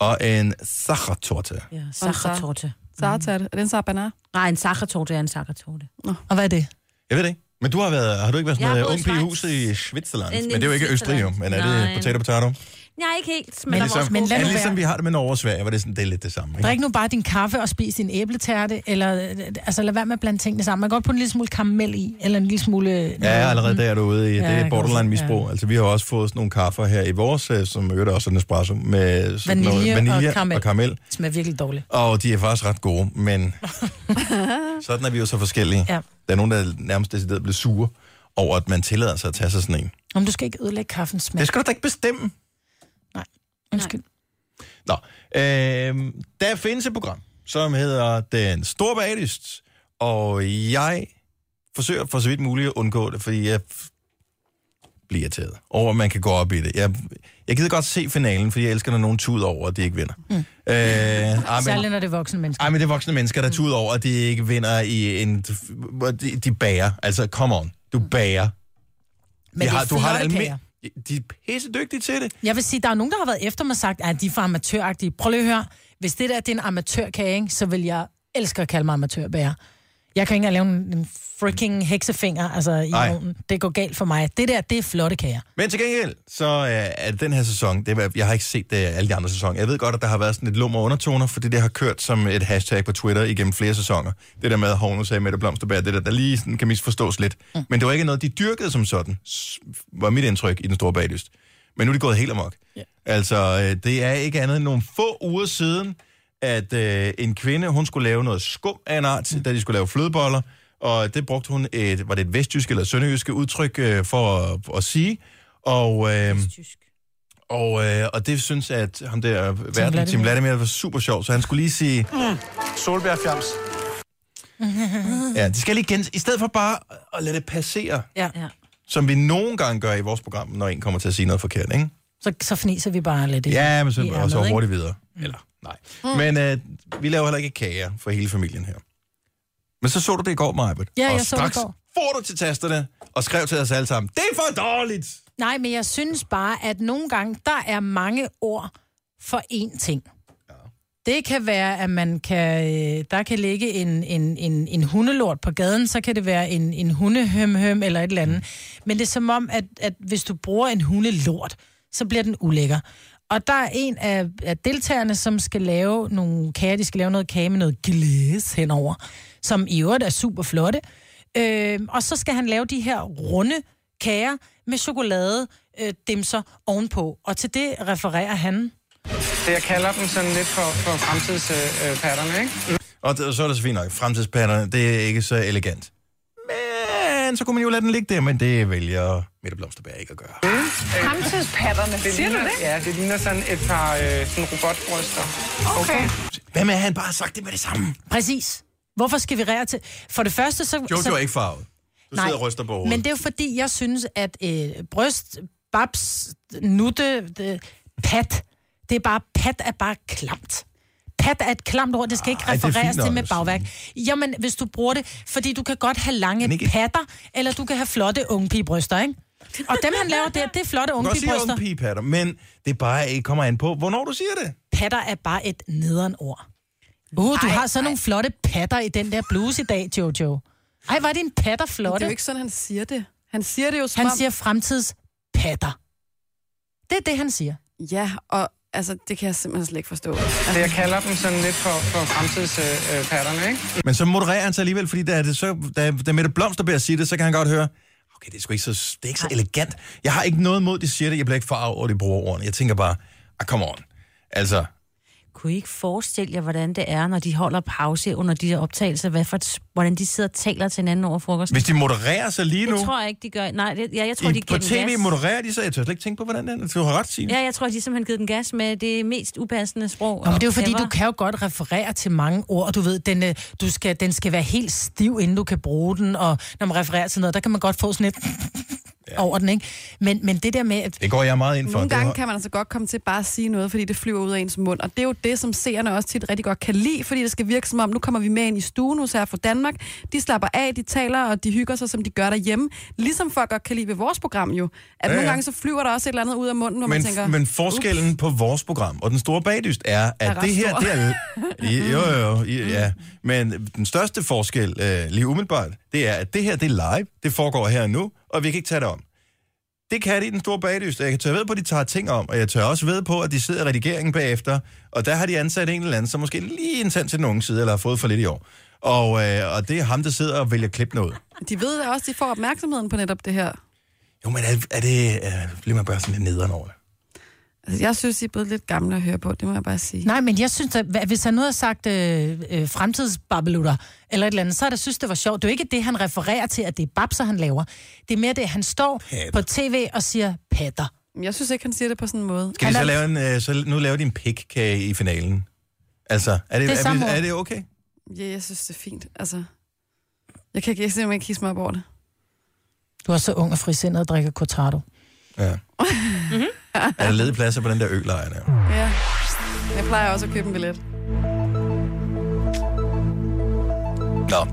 Speaker 1: og en sachertorte.
Speaker 2: Ja, sakkertorte.
Speaker 6: Mm.
Speaker 3: Sartorte. Er det en sarbanar?
Speaker 2: Nej, en sakkertorte er en sakkertorte.
Speaker 6: Og hvad er det?
Speaker 1: Jeg ved det ikke. Men du har, været, har du ikke været
Speaker 2: Jeg
Speaker 1: sådan
Speaker 2: har
Speaker 1: noget
Speaker 2: boet i
Speaker 1: ung pige i huset i
Speaker 2: Schweiz.
Speaker 1: Schwitzerland?
Speaker 2: Øh,
Speaker 1: Men det er jo ikke Østrig, jo. Men er
Speaker 2: Nej.
Speaker 1: det potato potato?
Speaker 2: Jeg er ikke helt
Speaker 1: Men
Speaker 2: smelter
Speaker 1: ligesom,
Speaker 2: vores
Speaker 1: men
Speaker 2: men
Speaker 1: er det ligesom vi har det med Norge og Sverige, hvor det er, sådan, det er lidt det samme. Ikke?
Speaker 6: Drik nu bare din kaffe og spis din æbletærte, eller øh, altså lad være med at blande tingene sammen. Man kan godt putte en lille smule karamel i, eller en lille smule...
Speaker 1: Ja, allerede der er du ude i.
Speaker 6: Ja,
Speaker 1: det
Speaker 6: jeg
Speaker 1: er
Speaker 6: kan
Speaker 1: borderline
Speaker 6: også-
Speaker 1: misbrug. Altså, vi har jo også fået sådan nogle kaffer her i vores, øh, som øger også en espresso, med sådan
Speaker 6: Vanilje,
Speaker 1: noget,
Speaker 6: vanilje
Speaker 1: vanilje
Speaker 6: og karamel.
Speaker 1: Og karamel.
Speaker 6: Det smager virkelig dårligt.
Speaker 1: Og de er faktisk ret gode, men sådan er vi jo så forskellige.
Speaker 6: Ja.
Speaker 1: Der er nogen, der nærmest decideret bliver sure over, at man tillader sig at tage sig sådan en.
Speaker 6: Om du skal ikke ødelægge kaffens smag.
Speaker 1: Det skal du da ikke bestemme.
Speaker 6: Nej, undskyld.
Speaker 1: Nå, øh, der findes et program, som hedder Den Store Bagdyst, og jeg forsøger for så vidt muligt at undgå det, fordi jeg f- bliver irriteret over, at man kan gå op i det. Jeg, jeg gider godt se finalen, fordi jeg elsker, når nogen tuder over, at de ikke vinder. Mm. Øh, ej, men-
Speaker 6: Særligt, når det er voksne mennesker.
Speaker 1: ej, men det er voksne mennesker, der tuder over, at de ikke vinder i en... hvor De, de bager. Altså, come on. Du bager.
Speaker 6: Men
Speaker 1: De
Speaker 6: det er
Speaker 1: du har
Speaker 6: flotte
Speaker 1: almi-
Speaker 6: kager.
Speaker 1: De er pisse dygtige til det.
Speaker 6: Jeg vil sige, der er nogen, der har været efter mig og sagt, at de er for amatøragtige. Prøv lige at høre. Hvis det der det er en amatørkage, ikke, så vil jeg elske at kalde mig amatørbærer. Jeg kan ikke engang lave en, en freaking heksefinger altså, i
Speaker 1: Ej.
Speaker 6: ovnen. Det går galt for mig. Det der, det er flotte kager.
Speaker 1: Men til gengæld, så øh, er den her sæson, det, er- jeg har ikke set det, alle de andre sæsoner. Jeg ved godt, at der har været sådan lidt lummer undertoner, fordi det har kørt som et hashtag på Twitter igennem flere sæsoner. Det der med, at Hovno sagde Mette Blomsterberg, det der, der lige sådan kan misforstås lidt. Mm. Men det var ikke noget, de dyrkede som sådan, s- var mit indtryk i den store baglyst. Men nu er de gået helt amok. Yeah. Altså, øh, det er ikke andet end nogle få uger siden, at øh, en kvinde, hun skulle lave noget skum af en art, mm. da de skulle lave flødeboller, og det brugte hun et, var det et vestjysk eller sønderjysk udtryk øh, for at, at sige. Og, øh, øhm, Og, øh, og det synes jeg, at ham der verden, Tim
Speaker 12: Vladimir.
Speaker 1: Vladimir, var super sjov, så han skulle lige sige...
Speaker 12: Mm. Solbærfjams.
Speaker 1: Ja, de skal lige gen... I stedet for bare at lade det passere,
Speaker 6: Ja.
Speaker 1: som vi nogle gange gør i vores program, når en kommer til at sige noget forkert, ikke?
Speaker 6: Så, så fniser vi bare lidt. ikke?
Speaker 1: Ja, men så,
Speaker 6: Vi er
Speaker 1: og så
Speaker 6: med, ikke? Mm.
Speaker 1: hurtigt videre. Eller, nej. Men øh, vi laver heller ikke kager for hele familien her. Men så så du det i går, Majbet.
Speaker 6: Ja,
Speaker 1: og
Speaker 6: jeg så det i
Speaker 1: straks
Speaker 6: går.
Speaker 1: får du til tasterne og skrev til os alle sammen, det er for dårligt!
Speaker 6: Nej, men jeg synes bare, at nogle gange, der er mange ord for én ting. Det kan være, at man kan, øh, der kan ligge en, en, en, en hundelort på gaden, så kan det være en, en hundehømhøm eller et eller andet. Men det er som om, at, at hvis du bruger en hundelort, så bliver den ulækker. Og der er en af, af deltagerne, som skal lave nogle kager. De skal lave noget kage med noget glæs henover, som i øvrigt er super flotte. Øh, og så skal han lave de her runde kager med chokolade, øh, dimser ovenpå. Og til det refererer han...
Speaker 12: Det, jeg kalder dem sådan lidt for, for fremtidspatterne, øh, ikke?
Speaker 1: Og det- så er det så fint nok. Fremtidspatterne, det er ikke så elegant. Men så kunne man jo lade den ligge der, men det vælger Mette Blomsterberg ikke at gøre.
Speaker 12: Fremtidspatterne,
Speaker 13: Siger du det?
Speaker 12: Ja, Altså, det ligner sådan et par øh, sådan robotbryster.
Speaker 6: Okay.
Speaker 1: Hvad med, at han bare har sagt det med det samme?
Speaker 6: Præcis. Hvorfor skal vi rære til... For det første, så...
Speaker 1: Jojo
Speaker 6: så,
Speaker 1: er ikke farvet. Du sidder og ryster på hovedet.
Speaker 6: Men det er jo fordi, jeg synes, at øh, bryst, babs, nutte, øh, pat, det er bare, pat er bare klamt. Pat er et klamt ord, det skal
Speaker 1: Ah,
Speaker 6: ikke
Speaker 2: Ej, det er
Speaker 6: refereres
Speaker 2: fint nok
Speaker 6: til med
Speaker 2: at
Speaker 6: bagværk. Jamen, hvis du bruger det, fordi du kan godt have lange ikke... patter, eller du kan have flotte unge pigebryster, ikke? Og dem, han laver der, det er flotte
Speaker 1: Du
Speaker 6: unge
Speaker 1: kan godt sige
Speaker 6: pigebryster.
Speaker 1: unge pigepatter, men det er bare ikke kommer an på, hvornår du siger det.
Speaker 6: Patter er bare et nederen ord. Uh, du
Speaker 1: Ej,
Speaker 6: har sådan nogle flotte patter i den der bluse i dag, Jojo. Ej, var det en patter flotte?
Speaker 3: Men det er jo ikke sådan, han siger det. Han siger det jo som
Speaker 6: Han
Speaker 3: om-
Speaker 6: siger fremtidspatter. Det er det, han siger.
Speaker 3: Ja, og altså, det kan jeg simpelthen slet ikke forstå.
Speaker 12: Det, jeg kalder dem sådan lidt for, for fremtidspatterne, øh, ikke?
Speaker 1: Men så modererer han sig alligevel, fordi da, det så, da, da Mette Blomsterberg siger det, så kan han godt høre, okay, det er sgu ikke så, det er ikke så elegant. Jeg har ikke noget mod, de siger det. Jeg bliver ikke farvet over, de bruger ordene. Jeg tænker bare, ah, come on. Altså,
Speaker 2: Kunne I ikke forestille jer, hvordan det er, når de holder pause under de der optagelser, hvad for, et s- hvordan de sidder og taler til hinanden over frokost?
Speaker 1: hvis de modererer sig lige nu,
Speaker 2: Det tror jeg ikke, de gør. Nej, det, ja, jeg tror,
Speaker 1: i,
Speaker 2: de
Speaker 1: på
Speaker 2: giver den
Speaker 1: tv
Speaker 2: gas.
Speaker 1: modererer de sig. Jeg tør slet ikke tænke på, hvordan det er. Du har ret, Signe.
Speaker 2: Ja, jeg tror, de har simpelthen givet den gas med det mest upassende sprog.
Speaker 6: Nå, men det er jo fordi,
Speaker 2: ever.
Speaker 6: du kan jo godt referere til mange ord, og du ved, den, øh, du skal, den skal være helt stiv, inden du kan bruge den, og når man refererer til noget, der kan man godt få sådan et ja. over den, ikke? Men, men det der med, at
Speaker 1: Det går jeg meget ind for.
Speaker 3: Nogle
Speaker 1: Det
Speaker 3: gange
Speaker 1: var-
Speaker 3: kan man altså godt komme til bare at sige noget, fordi det flyver ud af ens mund. Og det er jo det, som seerne også tit rigtig godt kan lide, fordi det skal virke som om, nu kommer vi med ind i stuen hos her fra Danmark. De slapper af, de taler, og de hygger sig, som de gør derhjemme. Ligesom folk godt kan lide ved vores program jo. At
Speaker 1: Ja,
Speaker 3: ja,
Speaker 1: ja.
Speaker 3: nogle gange så flyver der også et eller andet ud af munden, hvor
Speaker 1: men,
Speaker 3: man tænker...
Speaker 1: men forskellen på vores program og den store bagdyst er, at
Speaker 3: ret
Speaker 1: det her,
Speaker 3: stor. Mm.
Speaker 1: det er...
Speaker 3: *laughs*
Speaker 1: I- Jo, jo, jo, I- ja. Men den største forskel, øh, lige umiddelbart, det er, at det her, det er live, det foregår her og nu, og vi kan ikke tage det om. Det kan de i den store bagdyst, og jeg kan tør ved på, at de tager ting om, og jeg tør også ved på, at de sidder i redigeringen bagefter, og der har de ansat en eller anden, som måske lige en tand til den unge side, eller har fået for lidt i år. Og, øh, og det er ham, der sidder og vælger klippe noget.
Speaker 3: Uh, de ved da også, de får opmærksomheden på netop det her.
Speaker 1: Jo, men er, er det... Øh, bliver man bare sådan lidt nederen over det?
Speaker 3: Altså, jeg synes, I er blevet lidt gamle at høre på, det må jeg bare sige.
Speaker 6: Nej, men jeg synes, at hva- hvis han nu havde sagt øh, øh, fremtidsbabbelutter eller et eller andet, så havde jeg synes, det var sjovt. Det er jo ikke det, han refererer til, at det er babser, han laver. Det er mere det, at han står
Speaker 1: Patter.
Speaker 6: patter. på tv og siger patter.
Speaker 3: Jeg synes ikke, han siger det på sådan en måde.
Speaker 1: Skal de så lave en, øh, så nu laver de en pikkage i finalen? Altså, er det,
Speaker 3: Det er
Speaker 1: er,
Speaker 3: samme
Speaker 1: vi-
Speaker 3: ord.
Speaker 1: er det okay?
Speaker 3: Ja, jeg synes, det er fint. Altså, jeg kan ikke, jeg kan simpelthen ikke hisse mig op over det.
Speaker 6: Du er så ung og frisindet og drikker cortado.
Speaker 1: Ja.
Speaker 3: Mhm.
Speaker 1: er der ledige pladser på den der ølejr der?
Speaker 3: Ja. Jeg plejer også at købe en billet.
Speaker 1: Nå.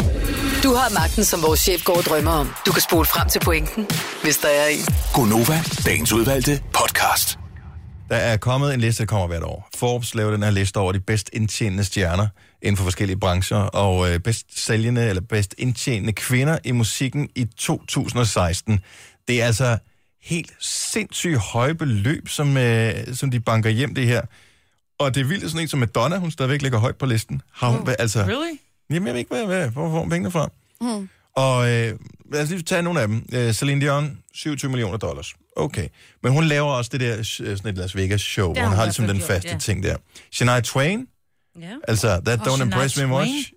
Speaker 4: Du har magten, som vores chef går og drømmer om. Du kan spole frem til pointen, hvis der er en.
Speaker 5: Gonova, dagens udvalgte podcast.
Speaker 1: Der er kommet en liste, der kommer hvert år. Forbes laver den her liste over de bedst indtjenende stjerner inden for forskellige brancher, og øh, bedst sælgende eller bedst indtjenende kvinder i musikken i 2016. Det er altså helt sindssygt høje beløb, som, øh, som de banker hjem det her. Og det er vildt at sådan en som Madonna, hun stadigvæk ligger højt på listen. Har hun, oh, altså,
Speaker 6: really?
Speaker 1: Jamen, jeg ved ikke, hvad, hvad, hvor får hun pengene fra?
Speaker 12: Hmm.
Speaker 3: Mm.
Speaker 1: Og øh, lad os lige tage nogle af dem. Øh, Celine Dion, 27 millioner dollars. Okay. Men hun laver også det der øh, sådan et Las Vegas-show,
Speaker 12: Det
Speaker 1: hvor
Speaker 12: har
Speaker 1: hun
Speaker 12: hun
Speaker 1: har
Speaker 12: i
Speaker 1: ligesom
Speaker 12: hvert fald
Speaker 1: den
Speaker 12: gjort,
Speaker 1: faste
Speaker 12: ja.
Speaker 1: ting der. Shania Twain,
Speaker 2: Ja.
Speaker 1: altså That
Speaker 2: Og
Speaker 1: Don't
Speaker 2: Shania
Speaker 1: Impress Me Much,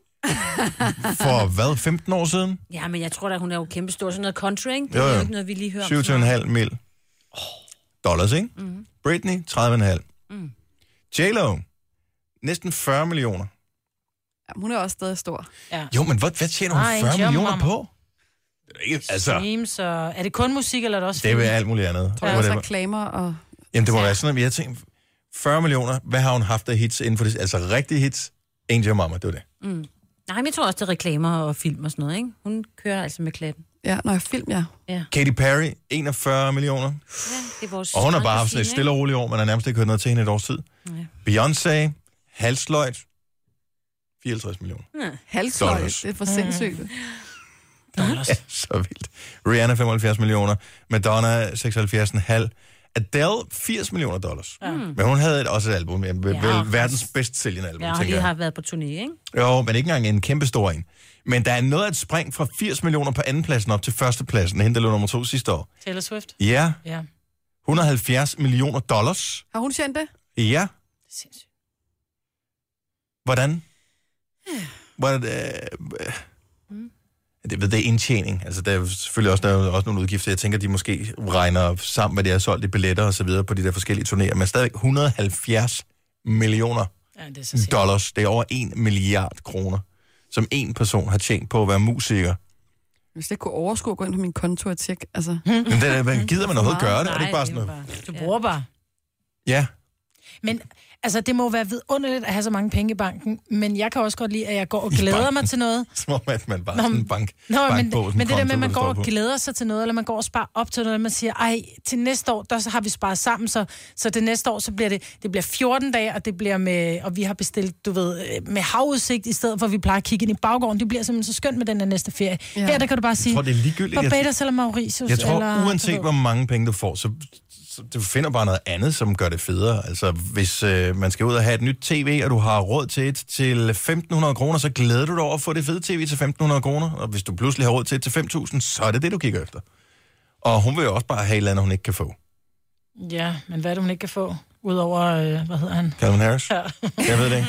Speaker 1: *laughs* for hvad, 15 år siden?
Speaker 2: Ja, men jeg tror da, hun er jo kæmpestor. Sådan noget country, ikke? Det
Speaker 1: Jo,
Speaker 2: er
Speaker 1: jo.
Speaker 2: jo ikke noget, vi lige hører
Speaker 1: 27,5
Speaker 2: om.
Speaker 12: Mhm.
Speaker 1: mil dollars, ikke? Mm. Britney, 30,5. Mm. J-Lo, næsten 40 millioner.
Speaker 3: Jamen, hun er også stadig stor.
Speaker 6: Ja.
Speaker 1: Jo, men hvad, hvad tjener hun
Speaker 6: Ej,
Speaker 1: 40
Speaker 6: jump,
Speaker 1: millioner
Speaker 6: mamma.
Speaker 1: på? Det er da ikke, altså,
Speaker 6: Streams og... Er det kun musik, eller er det også
Speaker 1: det er
Speaker 6: film?
Speaker 1: vel alt muligt andet.
Speaker 3: Der er også
Speaker 1: Whatever.
Speaker 3: reklamer og...
Speaker 1: Jamen, det må være sådan, at jeg tænkte, 40 millioner, hvad har hun haft af hits inden for det? Altså rigtige hits, Angel Mama, det var det.
Speaker 2: Mm. Nej, men jeg tror også, det er reklamer og film og sådan noget, ikke? Hun kører altså med klatten.
Speaker 3: Ja, når jeg film, ja.
Speaker 2: Ja,
Speaker 1: Katy Perry, 41 millioner.
Speaker 2: det er vores
Speaker 1: Og hun har bare haft
Speaker 2: Christine,
Speaker 1: sådan et
Speaker 2: ikke?
Speaker 1: stille og roligt år, man har nærmest ikke hørt noget til hende i et års tid. Beyoncé, halsløjt, 54 millioner.
Speaker 3: Halsløg,
Speaker 1: Dollars.
Speaker 3: det er for sindssygt. Mm.
Speaker 1: Ja, så vildt. Rihanna, 75 millioner. Madonna, 76,5. Adele, 80 millioner dollars.
Speaker 2: Ja.
Speaker 1: Mm. Men hun havde et, også et album, ja, vel,
Speaker 2: Ja.
Speaker 1: verdens bedst sælgende album,
Speaker 2: Ja, og
Speaker 1: tænker
Speaker 2: lige
Speaker 1: jeg.
Speaker 2: har været på turné, ikke?
Speaker 1: Jo, men ikke engang en kæmpe stor en. Men der er noget af et spring fra 80 millioner på andenpladsen op til førstepladsen, hende der lå nummer to sidste år.
Speaker 6: Taylor Swift?
Speaker 1: Ja,
Speaker 6: Ja.
Speaker 1: 170 millioner dollars.
Speaker 3: Har hun tjent det?
Speaker 1: Ja,
Speaker 6: Sindssygt.
Speaker 1: hvordan? Hvordan, øh,
Speaker 6: Mm.
Speaker 1: øh, det, ved, det er indtjening. Altså, der er jo selvfølgelig også, der er jo også nogle udgifter. Jeg tænker, de måske regner sammen, hvad det er solgt i billetter og så videre på de der forskellige turnéer. Men stadigvæk 170 millioner
Speaker 6: Ja, det er så
Speaker 1: Præcis.
Speaker 6: sindssygt.
Speaker 1: dollars. Det er over 1 milliard kroner, som en person har tjent på at være musiker.
Speaker 6: Mm.
Speaker 3: Hvis jeg kunne overskue at gå ind på min konto og tjekke, altså...
Speaker 1: Men det, er- hvad gider man overhovedet gøre det? Er det
Speaker 6: Nej,
Speaker 1: ikke bare sådan noget?
Speaker 6: bare- Du bruger bare.
Speaker 1: Ja, *laughs*
Speaker 6: Men altså, det må være vidunderligt at have så mange penge i banken, men jeg kan også godt lide, at jeg går og glæder mig
Speaker 1: banken.
Speaker 6: til noget.
Speaker 1: som om at man bare
Speaker 6: Nå,
Speaker 1: Nå, sådan
Speaker 6: men-
Speaker 1: en bank,
Speaker 6: Nå, men,
Speaker 1: bankbog, sådan
Speaker 6: men det der med, at
Speaker 1: konto,
Speaker 6: man
Speaker 1: der
Speaker 6: går
Speaker 1: står
Speaker 6: og
Speaker 1: på.
Speaker 6: glæder sig til noget, eller man går og sparer op til noget, og man siger, ej, til næste år, der har vi sparet sammen, så, så det næste år, så bliver det, det bliver 14 dage, og det bliver med, og vi har bestilt, du ved, øh, med havudsigt, i stedet for, at vi plejer at kigge ind i baggården. Det bliver simpelthen så skønt med den her næste ferie. Ja. Her, der kan du bare sige,
Speaker 1: tror, det er ligegyldigt. Jeg-
Speaker 6: Barbados eller Mauritius.
Speaker 1: Jeg tror,
Speaker 6: eller,
Speaker 1: eller, uanset hvor mange penge du får, så, så du finder bare noget andet, som gør det federe. Altså, hvis øh, man skal ud og have et nyt tv, og du har råd til et til 1.500 kroner, så glæder du dig over at få det fede tv til 1.500 kroner. Og hvis du pludselig har råd til et til 5.000, så er det det, du kigger efter. Og hun vil jo også bare have et eller andet, hun ikke kan få.
Speaker 6: Ja, men hvad er det, hun ikke kan få? Udover, øh, hvad hedder han?
Speaker 1: Calvin Harris?
Speaker 6: Ja.
Speaker 1: Jeg ved det ikke.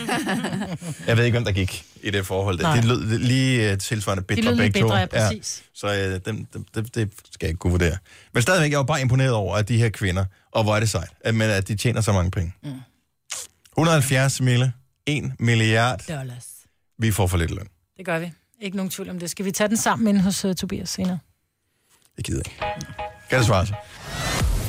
Speaker 1: Jeg ved ikke, hvem der gik i det forhold. Der.
Speaker 6: Nej.
Speaker 1: Det lød lige uh, tilsvarende bedre.
Speaker 6: lød lidt
Speaker 1: begge to.
Speaker 6: bitre, ja, præcis.
Speaker 1: Så uh, dem, dem, det, det skal jeg ikke kunne vurdere. Men stadigvæk, jeg var bare imponeret over, at de her kvinder, og hvor er det sejt, at, men at de tjener så mange penge.
Speaker 6: Mm.
Speaker 1: 170 mille, 1 milliard,
Speaker 6: Dollars.
Speaker 1: vi får for lidt løn.
Speaker 6: Det gør vi. Ikke nogen tvivl om det. Skal vi tage den sammen inde hos uh, Tobias senere?
Speaker 1: Det gider jeg ikke. Kan det svare sig?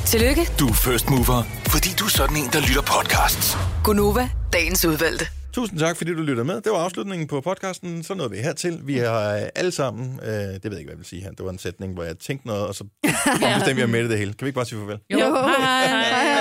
Speaker 4: Tillykke,
Speaker 5: Du er first mover, fordi du er sådan en, der lytter podcasts.
Speaker 4: Gunova, dagens udvalgte.
Speaker 1: Tusind tak, fordi du lytter med. Det var afslutningen på podcasten. Så nåede vi hertil. Vi har øh, alle sammen... Øh, det ved jeg ikke, hvad jeg vil sige
Speaker 6: *laughs*
Speaker 1: her. Det var en sætning, hvor jeg tænkte noget, og så bestemte jeg med det hele. Kan vi ikke bare sige farvel?
Speaker 2: Jo. Hej, hej. hej.